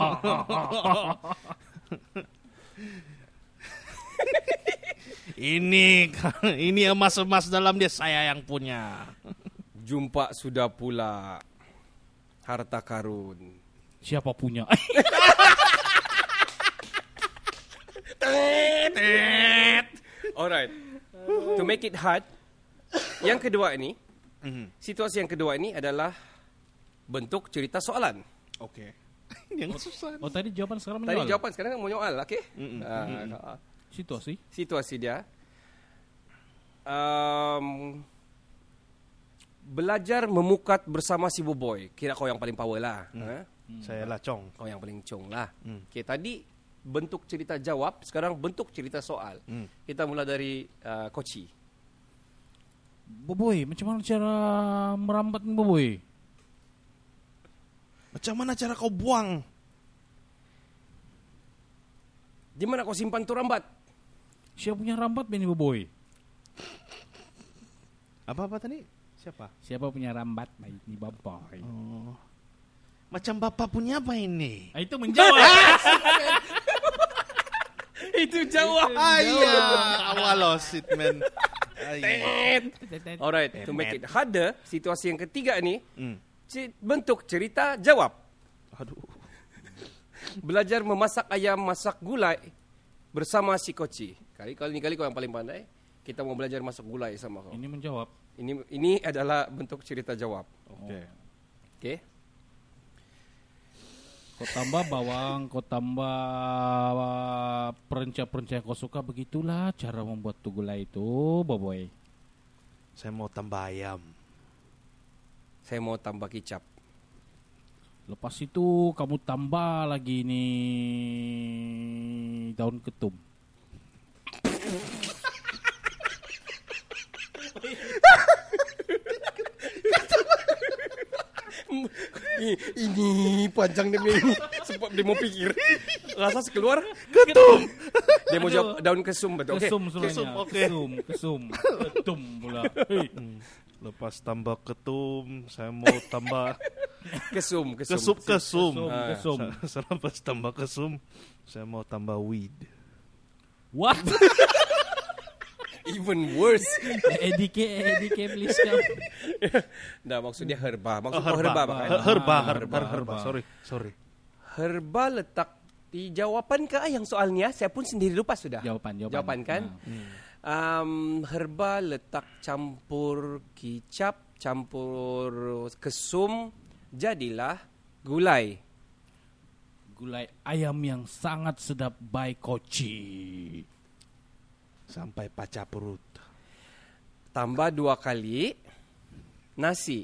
A: Ini ini emas-emas dalam dia saya yang punya.
B: Jumpa sudah pula harta karun.
C: Siapa punya?
B: Alright. To make it hard, yang kedua ini,
A: Mhm,
B: situasi yang kedua ini adalah bentuk cerita soalan.
A: Oke. yang susah.
C: oh tadi jawaban sekarang
B: Tadi
C: menyoal.
B: jawapan sekarang mau nyoal, okey? Ah, ah.
C: situasi.
B: situasi dia um, belajar memukat bersama si Boboy. Kira kau yang paling power lah. Ha?
A: Saya lacong.
B: Kau yang paling cong lah. Okay, tadi bentuk cerita jawab, sekarang bentuk cerita soal.
A: Hmm.
B: Kita mula dari uh, Koci.
C: Boboy, macam mana cara merambat ni, Boboy?
A: Macam mana cara kau buang?
B: Di mana kau simpan tu rambat?
C: Siapa punya rambat ni Boboy?
A: Apa-apa tadi? Siapa?
C: Siapa punya rambat baik ni Boboy?
A: Macam bapak punya apa ini?
C: Ah, itu menjawab.
B: Itu jawab.
A: Ayah, awalos it man. Ayah.
B: Alright, to make it harder, situasi yang ketiga ni,
A: Hmm.
B: ci- bentuk cerita jawab.
A: Aduh.
B: Belajar memasak ayam masak gulai bersama si Koci. Kali kali ni kali kau yang paling pandai. Kita mau belajar masak gulai sama kau.
C: Ini menjawab.
B: Ini ini adalah bentuk cerita jawab.
C: Oke.
B: Okey.
C: Kau tambah bawang, kau tambah perencah-perencah yang kau suka begitulah cara membuat tu gulai itu, boboy.
A: Saya mau tambah ayam.
B: Saya mau tambah kicap.
C: Lepas itu kamu tambah lagi ini daun ketum.
B: ini, ini panjang dia punya ini sebab dia mau pikir. Rasa sekeluar
A: Ketum.
B: dia mau
C: Aduh.
B: jawab daun kesum betul. Okey.
C: Kesum sebenarnya.
A: Kesum, okey.
C: Kesum, kesum. Ketum pula. Hei,
A: Lepas tambah ketum, saya mau tambah
B: Kesum, kesum.
A: kesup kesum. Ah,
C: Kesum, kesum.
A: Selepas tambah kesum, saya mau tambah weed.
C: What?
B: Even worse.
C: EDK, EDK please come.
B: Dah maksud dia herba. Maksud
A: Oh,
B: kau herba, herba.
A: Her- herba, her-
C: Herba,
A: her- herba.
C: herba.
A: Sorry, sorry.
B: Herba letak di jawapan ke yang soalnya saya pun sendiri lupa sudah.
C: Jawapan, jawapan. Ah, hmm.
B: Jawapan kan? Um, herba letak campur kicap, campur kesum, jadilah gulai.
C: Gulai ayam yang sangat sedap by Koci.
A: Sampai pacak perut.
B: Tambah dua kali nasi.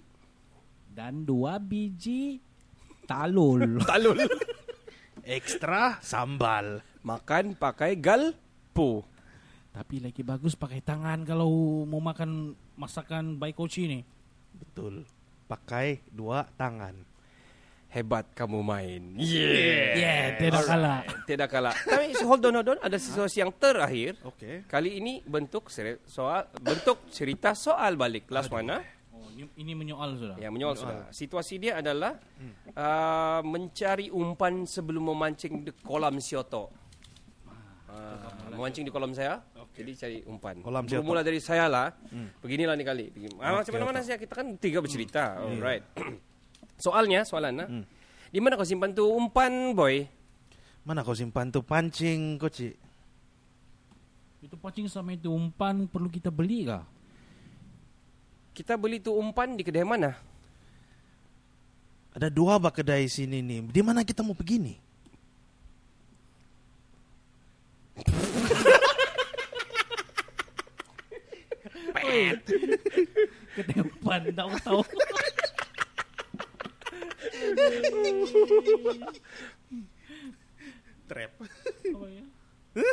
C: Dan dua biji talul.
B: Talul.
A: Ekstra sambal.
B: Makan pakai galpo.
C: Tapi lagi bagus pakai tangan kalau mau makan masakan by Koci nih.
A: Betul. Pakai dua tangan.
B: Hebat kamu main. Yeah.
C: Yeah, tidak kalah.
B: Tidak kalah. Tapi hold on, hold on. Ada sesuatu yang terakhir.
A: Oke.
B: Kali ini bentuk seri- soal bentuk cerita soal balik ah. kelas mana
C: Oh, ini, ini menyoal sudah.
B: yang menyoal saudara. Ya, Situasi dia adalah
A: Hmm.
B: uh, mencari umpan sebelum memancing di kolam sioto. Uh, memancing di kolam saya. Jadi cari umpan.
A: Kolam sioto. Hmm.
B: Bermula dari saya lah. Beginilah nih kali. Begini. Ah, macam mana-mana saya kita kan tiga bercerita.
A: Hmm.
B: Alright. Soalnya, soalannya. Di mana kau simpan tu umpan, boy?
A: Mana kau simpan tuh pancing, Koci?
C: Itu pancing sama itu umpan perlu kita beli kah?
B: Kita beli tu umpan di kedai mana?
A: Ada dua bak kedai sini nih. Di mana kita mau pergi nih?
C: Kedai umpan, tak tahu.
A: Trap. Oh,
C: Apa
A: iya.
C: ya?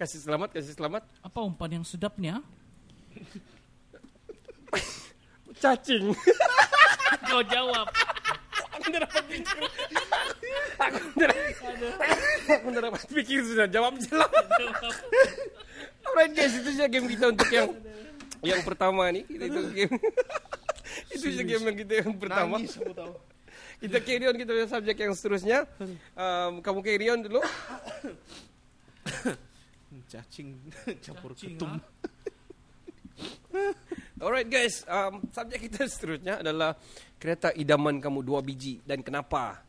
B: Kasih selamat, kasih selamat.
C: Apa umpan yang sedapnya?
B: Cacing.
C: Kau jawab.
B: Aku dah dapat fikir. Aku dah Aku dah dapat fikir sudah jawab jelas. Alright guys, itu saja game kita untuk yang yang pertama ni. Kita itu game. itu saja game yang kita yang pertama.
A: Nangis aku tahu.
B: Kita carry on kita punya subjek yang seterusnya. Um, kamu carry on dulu.
A: Cacing campur
C: Cacing,
A: ketum.
C: ah.
B: Alright guys, um, subjek kita seterusnya adalah kereta idaman kamu dua biji dan kenapa?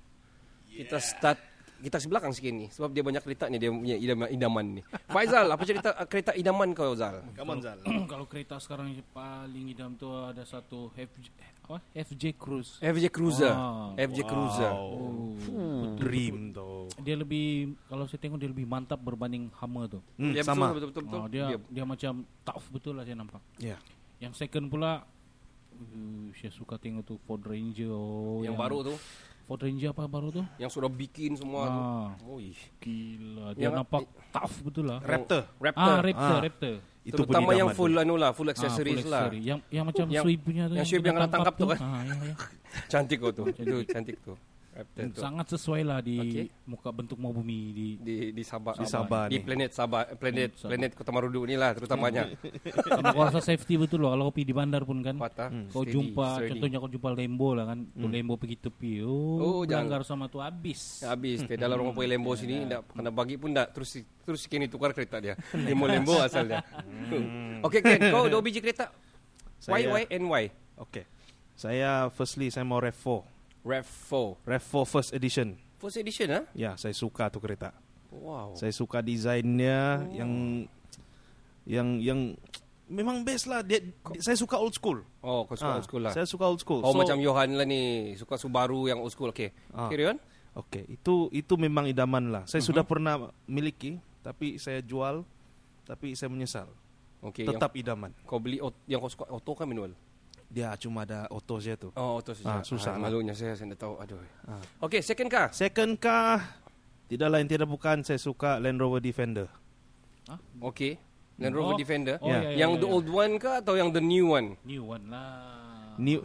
B: Kita start kita ke belakang sikit ni sebab dia banyak cerita ni dia punya idaman, idaman ni. Faizal, apa cerita uh, kereta idaman kau Zal?
A: Come on, Zal.
C: Kalau kereta sekarang yang paling idam tu ada satu FJ, apa? FJ Cruise.
B: FJ Cruiser.
C: Wow.
B: FJ Cruiser.
A: Oh, Dream tuh.
C: Dia lebih kalau saya tengok dia lebih mantap berbanding Hummer tu.
A: Hmm,
B: Ya, betul,
A: sama.
B: Betul betul betul.
C: Oh, dia, dia macam tough betul lah saya nampak.
A: Ya.
C: Yang second pula uh, saya suka tengok tu Ford Ranger oh,
B: yang, baru tu,
C: Ford Ranger apa baru tu?
B: yang sudah bikin semua tu.
C: Ah.
B: Oh, ih.
C: Gila, dia
B: Yang-
C: nampak tough betul lah.
A: Raptor.
C: Ah,
B: Raptor.
C: Raptor,
A: Ah.
C: Raptor.
A: Itu pun
B: Terutama yang
A: idaman.
B: full anu lah, full
C: Ah, full
B: accessories lah.
C: accessory. Yang yang macam
B: Yang-
C: sweep punya tu.
B: yang sweep yang kena tangkap tu kan?
C: Ah, ya, ya.
B: Cantik kau tu. Itu cantik tu. Raptor tu.
C: Sangat sesuai lah di
B: Okey.
C: muka bentuk mau bumi di
B: Di di Sabah.
A: Di Sabah ni.
B: Di planet Sabah, planet
C: Sabah.
B: planet Kota Marudu ni lah terutamanya.
A: Hmm.
C: Karena kau rasa safety betul loh kalau kau pergi di bandar pun kan.
B: Patah.
A: Hmm.
C: Kau
B: steady,
C: jumpa
B: steady. Hmm.
C: contohnya kau jumpa Lembo lah kan. Tu Lembo pergi tepi.
B: Oh,
C: Oh,
B: Ya,
C: beranggar sama tu habis.
B: Habis dia dalam rumah punya Lembo sini
A: Hmm.
B: nak kena bagi pun tak terus terus kini tukar kereta dia. Dia mau Lembo asal dia. Okey Ken, kau dua biji kereta. Why
A: Hmm. Saya-
B: why and why?
A: Oke. Saya firstly saya mau Revo.
B: Rev 4.
A: Revo first edition.
B: First edition ah.
A: Ya, saya suka tuh kereta.
B: Wow.
A: Saya suka desainnya yang yang yang memang best lah. Dia, dia- saya suka old school.
B: Oh, kau suka
A: Ah,
B: old school lah.
A: Saya suka old school.
B: Oh,
A: So,
B: macam Johan lah ni. Suka Subaru yang old school. Okay.
A: Ah.
B: Carry on.
A: Oke, itu itu memang idaman lah.
B: Mhm.
A: Saya sudah pernah miliki, tapi saya jual, tapi saya menyesal.
B: Okay.
A: Tetap idaman.
B: Yang kau beli, ot- yang kau suka auto kan manual?
A: Dia cuma ada auto saja tuh.
B: Oh, auto
A: Ah,
B: saja.
A: susah lah.
B: malunya saya, saya tak tahu. Aduh. Okay, second car.
A: Second car, tidak lain tidak bukan saya suka Land Rover Defender.
B: Okay. Land Rover
C: Oh.
B: Defender.
C: Oh, ya, ya,
B: yang
C: ya,
B: the
C: ya.
B: old one ke atau yang the new one?
C: New one
B: Ah.
C: lah.
A: New,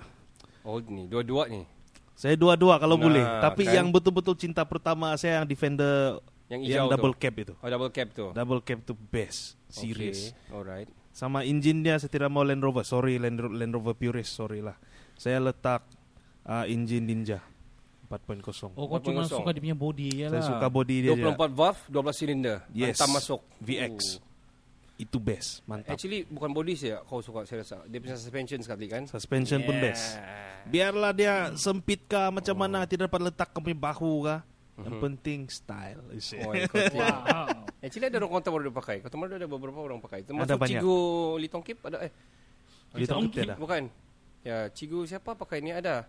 B: Old ni. Dua-dua ni.
A: saya dua-dua kalau
B: Nah,
A: boleh. Tapi
B: kan?
A: yang betul-betul cinta pertama saya yang Defender
B: Yang
A: yang
B: hijau
A: double
B: tu.
A: cap itu.
B: Oh, double cab tu.
A: Double cap itu best, serius.
B: Okay. Alright.
A: Sama enjinnya saya tidak mau Land Rover. Sorry Land, Ro- Land Rover purist, sorry lah. Saya letak uh, enjin Ninja 4.0.
C: Oh, kau cuma
B: 4.0.
C: suka dia punya body je lah.
A: Saya suka body dia.
B: 24 valve, 12 silinder.
A: Yes.
B: Hantam masuk.
A: VX.
B: Oh.
A: Itu best, mantap.
B: Actually bukan body saya kau suka saya rasa. Dia punya suspension sekali kan.
A: Suspension pun best. Biarlah dia sempit kah macam
B: Oh.
A: mana tidak dapat letak kami bahu kah. Yang penting style. is it.
B: Mhm. Oh, yang kau-
C: Wow.
B: Actually ada orang kau baru dia pakai. Kau baru ada beberapa orang pakai. Termasuk
A: Ada banyak.
B: Cikgu Lee Tong Kip ada eh
A: Dia tak
C: Tongkip.
A: ada.
B: bukan. Ya, cikgu siapa pakai ni ada.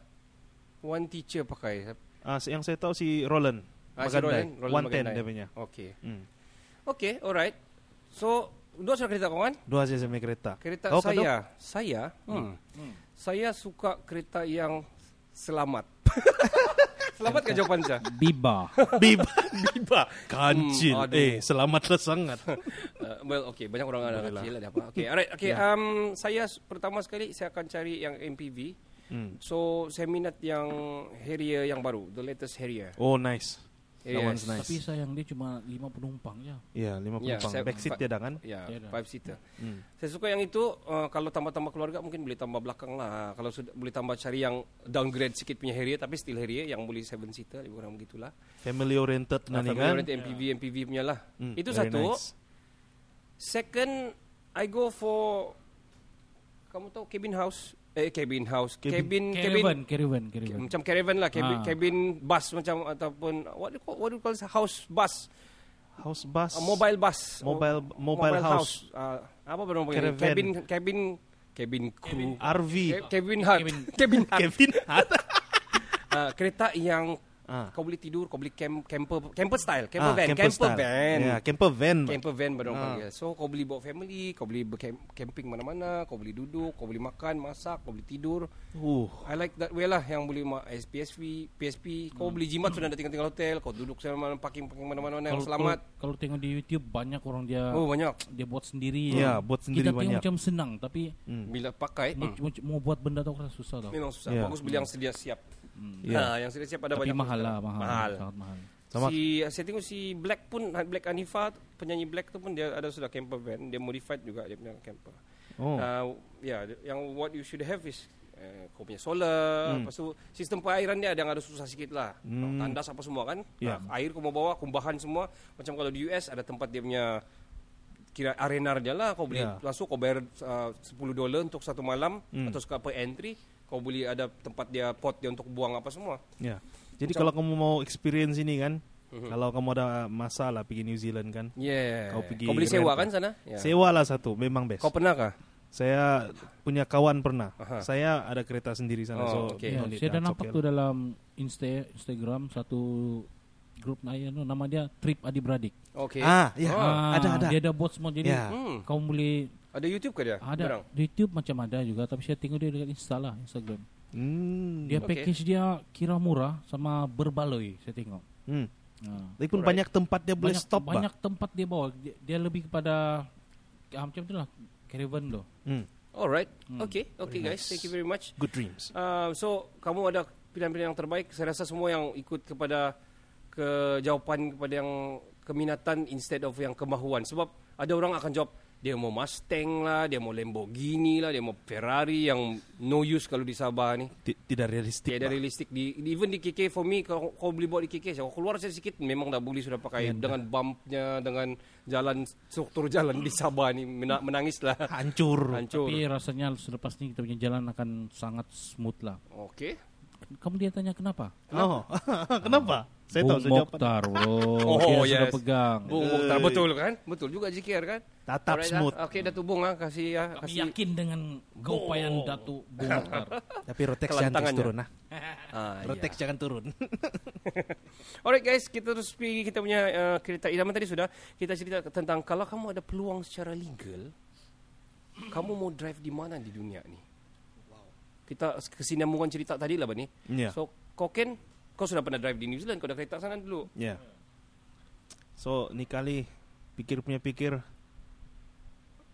B: One teacher pakai.
A: Ah, se- yang saya tahu si Roland.
B: Ah, si
A: Bagandai.
B: Roland-
A: 110
B: Roland Bagandai.
A: dia punya.
B: Okey.
A: Hmm.
B: Okey, alright. So, dua sudah kereta kawan.
A: Dua saja sama kereta. kan
B: Kereta
A: Kau, kau
B: saya, saya, hmm. saya suka kereta yang selamat. selamat ke jawapan saya?
C: Biba.
A: tahu? Biba. Biba. Kancil.
B: Hmm, aduh.
A: eh, selamatlah sangat.
B: Uh, well, okay, banyak orang ada
A: lah.
B: kecil ada apa. Okay, alright. Okay,
A: Ya.
B: um, saya s- pertama sekali saya akan cari yang MPV.
A: Hmm.
B: So, saya minat yang Harrier yang baru, the latest Harrier.
A: Oh, nice. That
B: Yes.
A: one's nice.
C: Tapi sayang dia cuma lima penumpang ya.
A: Ya, lima
B: Ya,
A: penumpang.
B: saya-
A: Backseat dia ada kan? Hmm.
B: Ya,
C: Tiada.
B: five seater. Saya suka yang itu uh, kalau tambah-tambah keluarga mungkin boleh tambah belakang lah. Kalau sudah boleh tambah cari yang downgrade sikit punya Harrier tapi still Harrier yang boleh seven seater lebih kurang begitulah.
A: Family oriented
B: Nah,
A: nanti
B: Ah, family
A: kan?
B: oriented MPV MPV punya lah.
A: Hmm,
B: itu
A: very
B: satu.
A: nice.
B: Second, I go for kamu tahu cabin house, eh cabin house, cabin cabin,
C: Caravan, caravan,
B: Ca-
C: caravan.
B: macam caravan lah, cabin
C: Ah.
B: cabin bus macam ataupun what do you call, what do you call this? house bus,
A: House bus.
B: uh, mobile bus,
A: Mobile-
B: Oh,
A: mobile house.
B: Ah, apa baru panggil?
A: Caravan.
B: Cabin cabin cabin crew.
A: RV.
B: Ca- Cabin hut.
C: Cabin-
B: Cabin hut.
A: Kevin Hart.
B: Ah, kereta yang
A: Ah.
B: kau boleh tidur, kau boleh camp, camper camper style, camper
A: Ah,
B: van, camper,
A: style.
B: van.
A: Ya, camper van.
B: Camper van baru orang
A: Ah.
B: panggil. So kau boleh bawa family, kau boleh bercamp- camping mana-mana, kau boleh duduk, kau boleh makan, masak, kau boleh tidur.
A: Uh,
B: I like that way lah yang boleh ma- PSP, PSP,
A: Hmm.
B: kau boleh jimat sudah datang tinggal hotel, kau duduk sana mana parking-parking mana-mana yang
C: Kalau-
B: selamat.
C: kalau- Kalau tengok di YouTube banyak orang dia
B: Oh banyak.
C: dia buat sendiri.
A: Ya,
C: tau.
A: buat sendiri
C: Kita tengok
A: banyak.
C: macam senang tapi
A: Hmm.
B: Bila pakai
C: mau, mau, mau buat benda tu kan susah tau.
B: memang susah.
A: Ya.
B: Bagus beli yang sedia siap.
A: Ya.
B: Ha, yang sedia siap ada
C: Tapi
B: banyak.
C: mahal lah, mahal,
B: Mahal.
C: sangat mahal.
A: Sama-
B: Si saya tengok si Black pun Black Anifa penyanyi Black tu pun dia ada sudah camper van, dia modified juga dia punya camper.
A: oh.
B: Uh, yeah, the- yang what you should have is uh, kau punya solar,
A: Hmm.
B: lepas tu sistem perairan dia ada yang ada susah sikit lah. Tandas apa semua kan.
A: Yeah.
B: Ah, air kau mau bawa, kumbahan semua. Macam kalau di US ada tempat dia punya kira arena dia lah kau boleh
A: Yeah.
B: masuk kau bayar uh, 10 dolar untuk satu malam
A: Hmm.
B: atau suka per entry kau boleh ada tempat dia pot dia untuk buang apa semua
A: Ya. Jadi kalau kamu mau experience ini kan,
B: Mhm.
A: kalau kamu ada masalah pergi New Zealand kan,
B: yeah
A: Kau pergi
B: kau boleh sewa
A: rent
B: kan
A: lah.
B: sana yeah.
A: sewa lah satu, memang best.
B: kau pernah kah
A: Saya punya kawan pernah.
B: Aha.
A: Saya ada kereta sendiri sana.
B: Oh,
A: so
B: okay.
A: no
C: Ya,
A: need
C: saya dah
A: lah, it's
C: nampak
A: okay
C: tu
A: lah.
C: dalam Insta, Instagram satu grup Naya tu nama dia Trip Adi Beradik.
B: okey
A: Ah, ya. ada ada.
C: Dia ada buat semua jadi
A: Ya.
B: Hmm.
C: kau boleh
B: ada YouTube ke dia
C: ada
B: Barang?
C: di YouTube macam ada juga tapi saya tengok dia dekat Insta lah Instagram.
A: Hmm.
C: Dia
B: Okay.
C: package dia kira murah sama berbaloi saya tengok.
A: Hmm.
C: Ha.
A: Tapi pun banyak tempat dia boleh
C: banyak,
A: stop
C: banyak
A: Pak.
C: tempat dia bawa dia, dia lebih kepada ah, macam tu lah caravan tu
A: Hmm.
B: alright okay okay guys thank you very much
A: Good dreams.
B: Uh, so kamu ada pilihan-pilihan yang terbaik. Saya rasa semua yang ikut kepada ke jawapan kepada yang keminatan instead of yang kemahuan. Sebab ada orang akan jawab dia mau Mustang lah, dia mau Lamborghini lah, dia mau Ferrari yang no use kalau di Sabah ni.
A: Ti- Tidak realistik.
B: Tiada
A: Pak.
B: realistik di, di even di KK for me kalau kau beli buat di KK saya keluar saya sikit memang dah boleh sudah pakai dengan bumpnya dengan jalan struktur jalan di Sabah ni mena- menangis lah
A: Hancur.
B: hancur. eh,
C: tapi rasanya selepas ni kita punya jalan akan sangat smooth lah
B: Okey.
C: kamu dia tanya kenapa
A: Oh. Kenapa? Saya tahu
C: Bung
A: sejauh
C: Mokhtar bro.
B: Oh,
C: Dia sudah
B: yes.
C: pegang.
B: Bung Mokhtar betul kan? Betul juga JKR kan?
A: Tatap
B: Alright,
A: smooth.
B: ah. Okey Datuk Bung ah kasih ah
C: Kami
B: kasih. Oh.
C: yakin dengan keupayaan Datuk Bung Mokhtar.
A: Tapi rotex
B: jangan
A: jangan
B: terus
A: terus turun
B: turun,
A: lah.
B: Ah,
A: Rotex jangan turun.
B: Alright guys, kita terus pergi kita punya uh, kereta idaman tadi sudah. Kita cerita tentang kalau kamu ada peluang secara legal, kamu mau drive di mana di dunia ni? Kita kesinambungan cerita tadi lah Bani.
A: Ya.
B: So, kau Ken, kau sudah pernah drive di New Zealand, kau dah kereta sana dulu.
A: Ya. So ni kali pikir punya pikir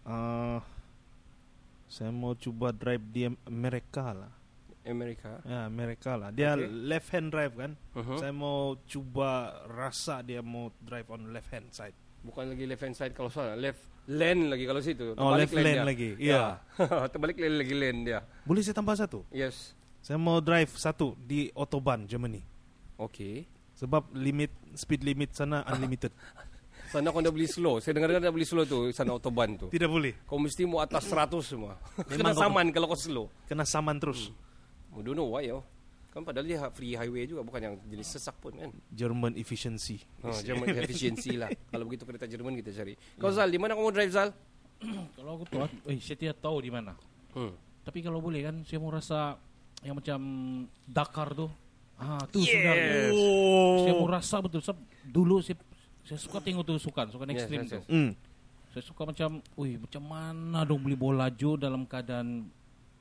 A: ah, saya mau cuba drive di Am- Amerika lah.
B: Amerika.
A: Ya, Amerika lah. Dia
B: Okay.
A: left hand drive kan.
C: Uh-huh.
B: Mhm.
A: Saya mau cuba rasa dia mau drive on left hand side.
B: Bukan lagi left hand side kalau salah, left lane lagi kalau situ.
A: Oh,
B: Terbalik
A: left lane
B: dia.
A: lagi. Ya.
B: Ya. Terbalik lane lagi lane dia.
A: Boleh saya tambah satu?
B: Yes.
A: Saya mau drive satu di autobahn Germany.
B: Okay.
A: Sebab limit speed limit sana unlimited.
B: Sana kau dah beli slow. Saya dengar-dengar dah beli slow tu sana autoban tu.
A: Tidak boleh.
B: Kau mesti mau atas 100 semua. Kena
A: Memang kau-
B: saman kalau kau slow.
A: Kena saman
C: Hmm.
A: terus.
B: I don't know why oh. Kan padahal dia free highway juga bukan yang jenis sesak pun kan.
A: German efficiency.
B: Ha, German efficiency lah. Kalau begitu kereta Jerman kita cari. Kau Zal, di mana kau mau drive Zal?
C: kalau aku tahu, eh, saya tidak tahu di mana.
B: Hmm.
C: Tapi kalau boleh kan, saya mau rasa yang macam Dakar tu. Ah, tu
B: Yes. Oh.
C: sudah. Saya mau rasa betul. Sebab dulu saya, saya suka tengok tu sukan, sukan
B: Yes,
C: ekstrim
B: yes,
C: tu.
B: yes.
A: Hmm.
C: Saya suka macam, wih macam mana dong beli bola jo dalam keadaan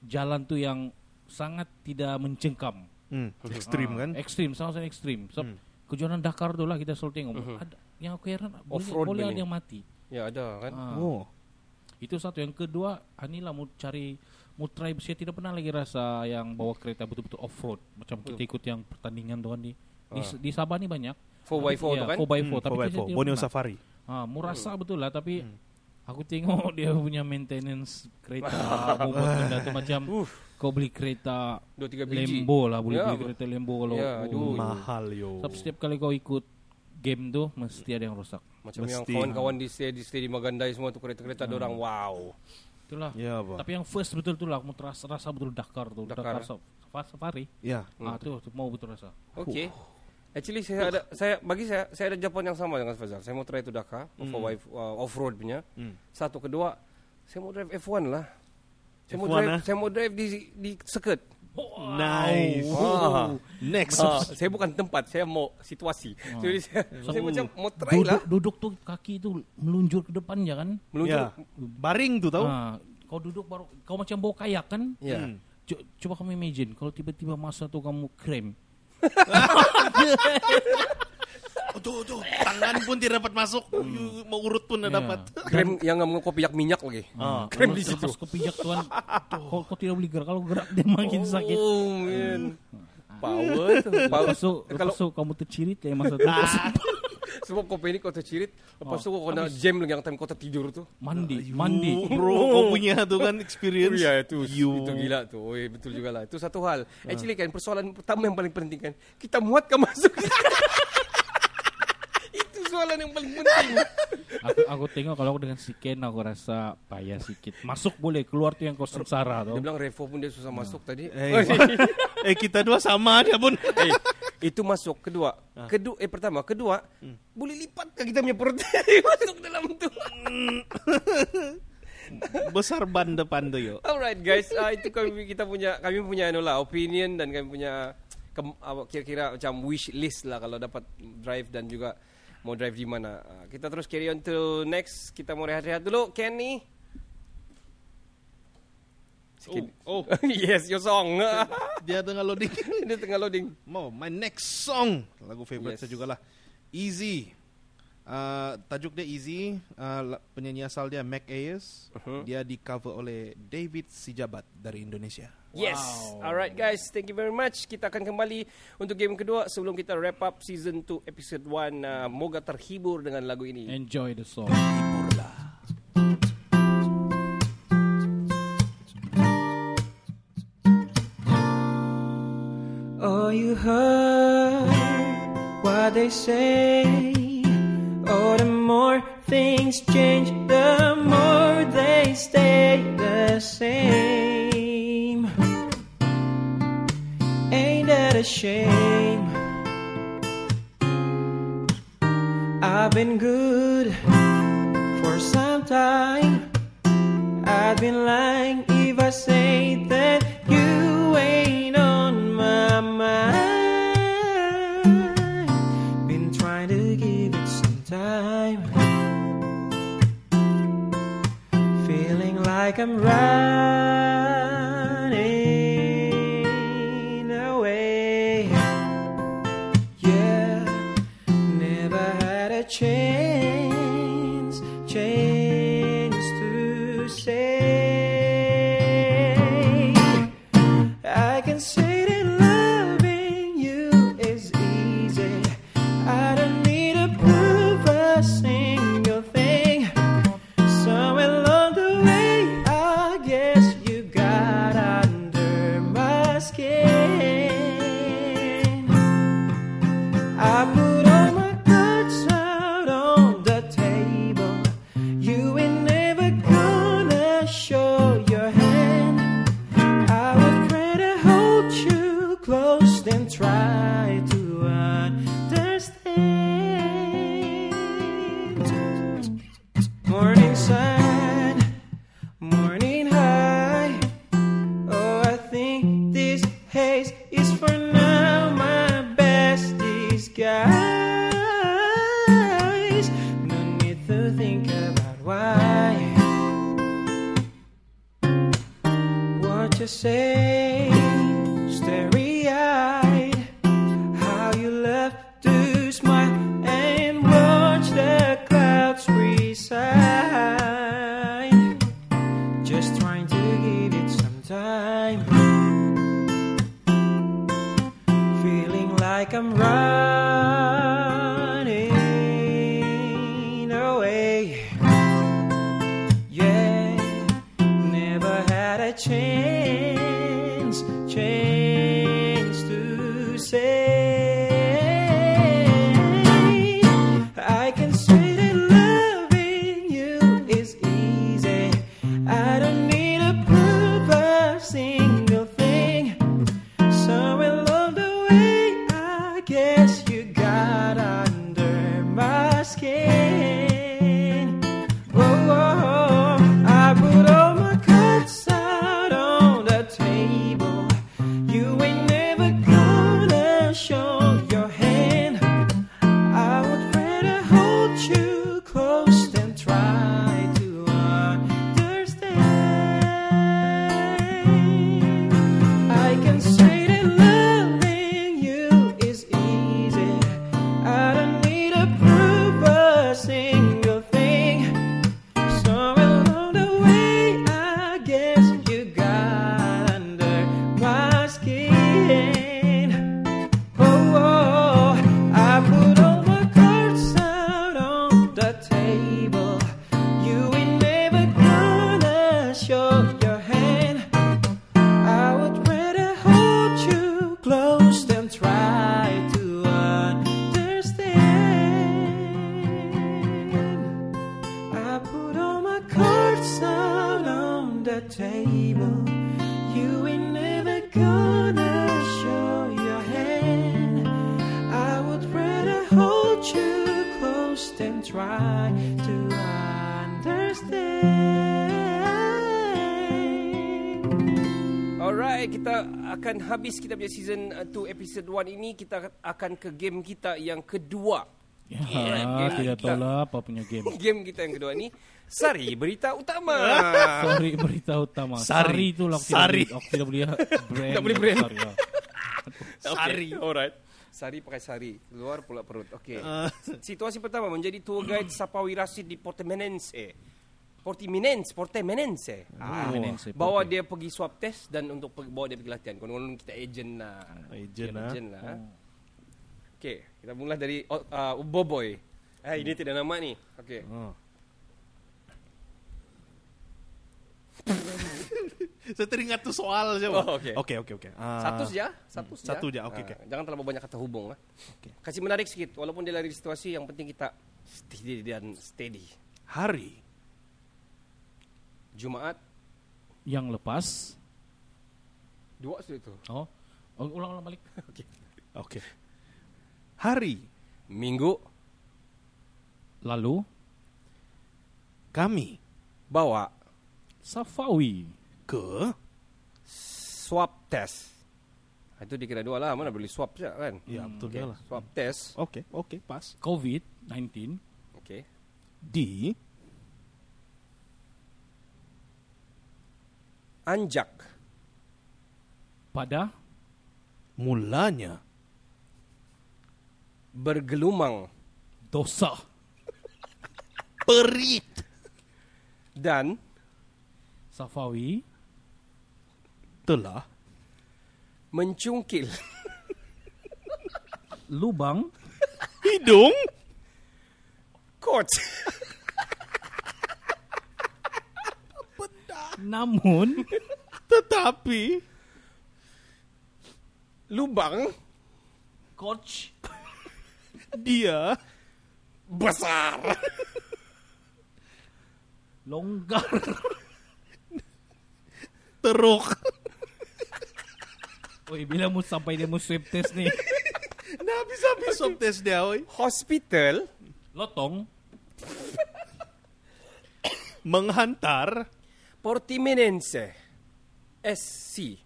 C: jalan tu yang sangat tidak mencengkam.
A: Hmm. Ekstrim
C: Ah,
A: kan? Hmm.
C: Ekstrim, sangat-sangat ekstrim. Sebab kejuaraan Dakar tu lah kita selalu tengok.
A: Uh-huh.
C: Ada, yang aku heran, boleh,
B: Off-road
C: boleh
B: punya.
C: ada yang mati.
B: Ya ada kan.
C: Ah,
A: Oh.
C: Itu satu. Yang kedua, inilah mau cari, mau try. Saya tidak pernah lagi rasa yang bawa kereta betul-betul off-road. Macam kita
A: Hmm.
C: ikut yang pertandingan tuan di, di, di Sabah ni banyak.
B: 4x4 tu
C: Tapi- ya,
B: kan?
C: 4x4.
A: Ah. Hmm,
C: Tapi
A: four by four.
C: saya
A: Hmm.
C: tidak
A: Borneo
C: pernah.
A: Safari.
C: Ah, murasa betul lah tapi aku tengok dia punya maintenance kereta mau buat benda tu macam kau beli kereta
B: Dua, tiga biji.
C: Lembo lah boleh
B: Ya,
C: beli
B: bro.
C: kereta Lembo kalau
B: Ya,
C: oh.
B: aduh.
A: Mahal yo.
C: Sebab setiap kali kau ikut game tu mesti ada yang rosak.
B: Macam yang
A: Mesti.
B: kawan-kawan di stay di stay di Magandai semua tu kereta-kereta hmm. orang wow.
C: Itulah.
A: Ya, apa?
C: Tapi yang first betul tu lah aku terasa rasa betul Dakar tu,
B: Dakar,
C: Dakar,
B: eh? Hmm.
C: Dakar Safari.
A: Ya.
C: Ah tu, tu mau betul rasa.
B: Okey. Actually saya ada saya bagi saya saya ada jawapan yang sama dengan Fazal. Saya mau try tu Dakar
C: Hmm.
B: for wife uh, off road punya. Satu kedua saya mau drive F1 lah. Saya mau
A: F1,
B: drive
C: eh?
A: ah?
B: saya mau drive di di circuit.
A: Nice.
B: Ah.
A: Next.
B: Ah, saya bukan tempat, saya mau situasi. Jadi saya, saya macam mau try
C: Ah. duduk,
B: lah.
C: duduk tu kaki tu melunjur ke depan ya kan?
B: Meluncur.
A: Ya. Baring tu tahu?
C: Ah, kau duduk baru kau macam bawa kayak kan?
B: Ya.
C: Co- Cuba kamu imagine kalau tiba-tiba masa tu kamu krem.
A: Aduh, aduh. Oh, Tangan pun tidak dapat masuk.
B: Hmm.
A: You Mau urut pun
B: Iya.
A: tidak
C: Ya.
A: dapat.
B: Krem yang mengamu kopi yak minyak lagi.
C: Ah,
B: Ah, Krem di situ.
C: Lepas kau pijak tuan, kau, kau tidak boleh gerak. Kalau gerak dia makin sakit.
B: Oh, man. Power tu. Power.
C: Hmm. Lepas tu,
B: Kalau Ah.
C: lepas tu kamu tercirit ya masa tu. Lepas tu
B: sebab kau panik kau tercirit, lepas tu kau nak jam lagi yang time kau tertidur tu.
C: mandi, mandi.
A: Oh, Bro, kau punya tu kan
B: Oh,
A: experience.
B: ya itu
A: You.
B: itu gila tu. Oh, betul juga lah. Itu satu hal. Actually kan persoalan pertama yang paling penting kan, kita muat ke masuk? itu soalan yang paling penting.
C: Aku, aku tengok kalau aku dengan si Ken aku rasa payah sikit. Masuk boleh, keluar tu yang kau sengsara
B: Dia
C: tu.
B: bilang Revo pun dia susah masuk tadi.
A: Eh, eh, kita dua sama dia pun.
B: Eh, itu masuk kedua. Kedua eh pertama, kedua boleh lipat ke kita punya perut masuk dalam tu.
A: Besar ban depan tu yo.
B: Alright guys, Ah, itu kami kita punya kami punya anu lah opinion dan kami punya kem- ah, apa, kira-kira macam wish list lah kalau dapat drive dan juga mau drive di mana. Ah, kita terus carry on to next. Kita mau rehat-rehat dulu. Kenny. Sikit.
A: Oh, oh.
B: yes, your song.
A: Dia tengah loading.
B: Ini tengah loading.
A: Mau, my next song. Lagu favorite
B: Yes.
A: saya juga lah. Easy. Ah, tajuk dia Easy. Ah, la- penyanyi asal dia Mac Ayers.
B: Uh-huh.
A: Dia di cover oleh David Sijabat dari Indonesia.
B: Yes. Alright guys, thank you very much. Kita akan kembali untuk game kedua sebelum kita wrap up season 2 episode 1. Uh, moga terhibur dengan lagu ini.
C: Enjoy the song.
E: Oh, you heard what they say. Oh, the more things change, the more they stay the same. Ain't that a shame? I've been good for some time. I'd been lying if I say that you ain't on my mind. Been trying to give it some time. Feeling like I'm running away. Yeah, never had a chance, chance to say. I can say that loving you is easy. I don't need to prove a single thing. Somewhere along the way, I guess you got under my skin. I put all my cards out on the table. You ain't never gonna show your hand. I would rather hold you close than try to understand. Morning sun, morning high. Oh, I think this haze is for now my best disguise. No need to think about why. What you say, starry eyed. How you love to smile and watch the clouds reside. Just trying to give it some time. Feeling like I'm running away. Yeah, never had a chance, chance to say. I can say that loving you is easy. I don't need to prove a single thing. Somewhere along the way, I guess you got under my skin. Whoa, whoa, I put all my cards out on the table. You ain't never gonna show your hand. I would rather hold you close than try to understand. I can say that loving you is easy. I don't need to prove a single thing. Somewhere along the way, I guess you got under my skin. Oh, oh, I put all my cards out on the table. You ain't never gonna show your hand. I would rather hold you close than try to understand. I put all my cards out on the table. You ain't never gonna show your hand. I would rather hold you close than try to understand.
B: Alright, kita akan habis kita punya season 2 episode 1 ini kita akan ke game kita yang kedua.
F: Iya,
C: Ya,
B: Yeah,
C: tidak
B: kita-
C: tahulah apa punya game.
B: Game kita yang kedua ni Sari Berita Utama.
C: Sari berita utama.
F: Sari.
C: Sari itu lah aku
F: Sari.
C: Tidak boleh, aku tidak boleh brand.
B: Tak boleh brand.
C: Sari, ya.
B: Sari. Okay. Alright. Sari pakai sari. Keluar pula perut. Okey.
A: Ah.
B: Situasi pertama menjadi tour guide Sapawi Rashid di Portemenense. Portiminense, Portemenense. Ah,
C: Portemenense,
B: bawa
C: Porte.
B: dia pergi swab test dan untuk pergi, bawa dia pergi latihan. Konon-konon kita agent lah.
A: Agent lah.
B: Agent lah. Okey, kita mula dari oh, uh, Boboy. Ah, ini
A: Hmm.
B: tidak nama ni. Okey.
A: Ah. Saya teringat tu soal je. Pak.
B: Oh, okey.
A: Okey, okey, okey. Ah,
B: Satu saja, satu saja.
A: Satu saja, okey,
B: Ah,
A: okey.
B: Jangan terlalu banyak kata hubung lah.
A: Okey.
B: Kasih menarik sikit walaupun dia lari di situasi yang penting kita steady dan steady.
A: Hari
B: Jumaat
C: Yang lepas.
B: dua sudah itu.
C: Oh, Oh, ulang-ulang balik.
A: Okey. Hari
B: Minggu
C: Lalu
A: Kami
B: Bawa
C: Safawi.
A: ke
B: swab test. Ah, Itu dikira dua lah. Mana boleh swab je kan?
A: Ya betul
B: Okay.
A: okay. lah
B: Swab test.
A: Okey, okey, pas
C: COVID-19
B: Okay.
A: Di
B: Anjak.
C: pada
A: mulanya
B: Bergelumang.
C: dosa
A: perit
B: Dan
C: Safawi
A: telah
B: mencungkil.
C: lubang
A: hidung
B: Coach.
C: namun
A: tetapi
B: Lubang.
C: coach
A: dia
B: Besar.
C: longgar
A: teruk.
C: Oi, bila mo sampai dia mo swab test ni
A: Nah, habis-habis swab test dia, oi.
B: Hospital.
C: lotong
A: Menghantar
B: Portimonense. SC.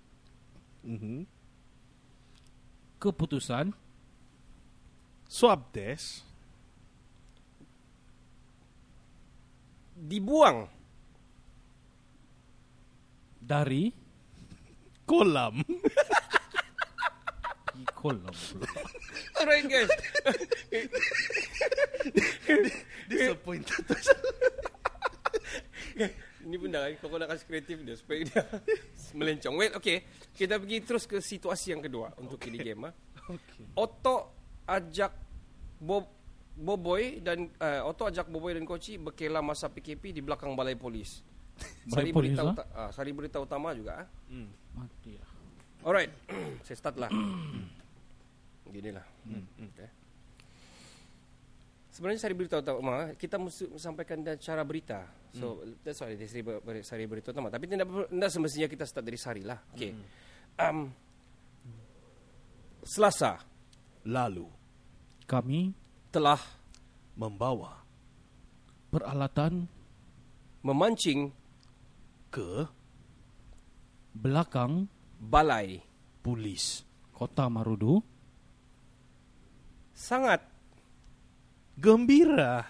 C: keputusan
A: swab test
B: Dibuang.
C: dari
A: kolam
C: kolom
B: Alright guys.
A: disappointed
B: Eh, Ini pun dah Kau nak kasi kreatif dia Supaya dia Melencong Well okay Kita pergi terus ke situasi yang kedua Untuk okay. ini game ha? okay. Otok ajak Bob Boboy dan uh, Otok ajak Boboy dan Koci berkela masa PKP di belakang balai polis. Sari
C: Balai polis
B: berita,
C: lah?
B: uta- ah, sari berita utama juga. ah.
C: mati lah
B: Alright, saya start lah. Gini lah. Okay. Sebenarnya sari berita utama kita mesti sampaikan dan cara berita. So that's why dia sari, ber- ber- sari berita utama. Tapi tidak per- tidak semestinya kita start dari sari lah. Okay. Um, Selasa
A: lalu
C: kami
B: telah
A: membawa
C: peralatan
B: memancing
A: ke
C: belakang
B: balai
A: polis
C: kota Marudu
B: sangat
A: gembira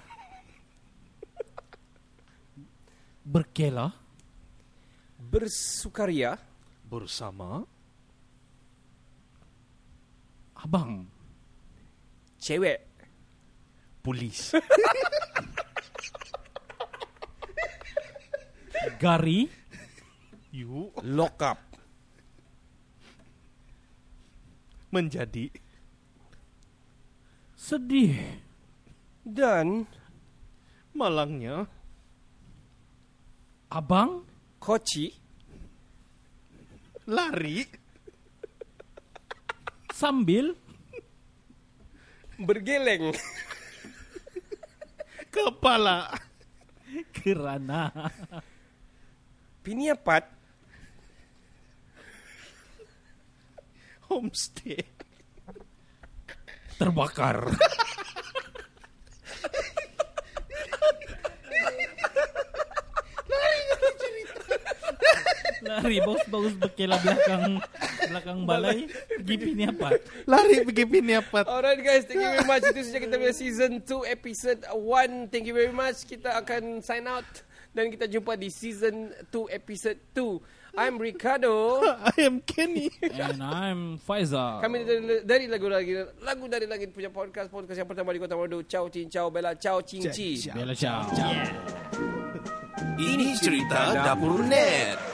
C: berkela
B: bersukaria
A: bersama
C: abang
B: cewek
A: polis
C: gari
A: you
B: lokap
A: menjadi
C: sedih
B: dan
A: malangnya
C: abang
B: koci
A: lari
C: sambil
B: bergeleng
A: kepala
C: kerana
B: piniapat
A: homestay
C: terbakar lari bagus bagus bekela belakang belakang balai pergi piniapat
A: lari pergi piniapat
B: Alright guys, thank you very much. Itu saja kita punya season 2 episode 1. Thank you very much. Kita akan sign out dan kita jumpa di season 2 episode 2. I'm Ricardo.
A: I am Kenny
C: and I'm Faizal
B: Kami dari, dari lagu lagi lagu dari langit punya podcast podcast yang pertama di Kota Merdu. Ciao cin ciao bella ciao cin cin.
C: Bella ciao
A: Ini cerita Dapur Net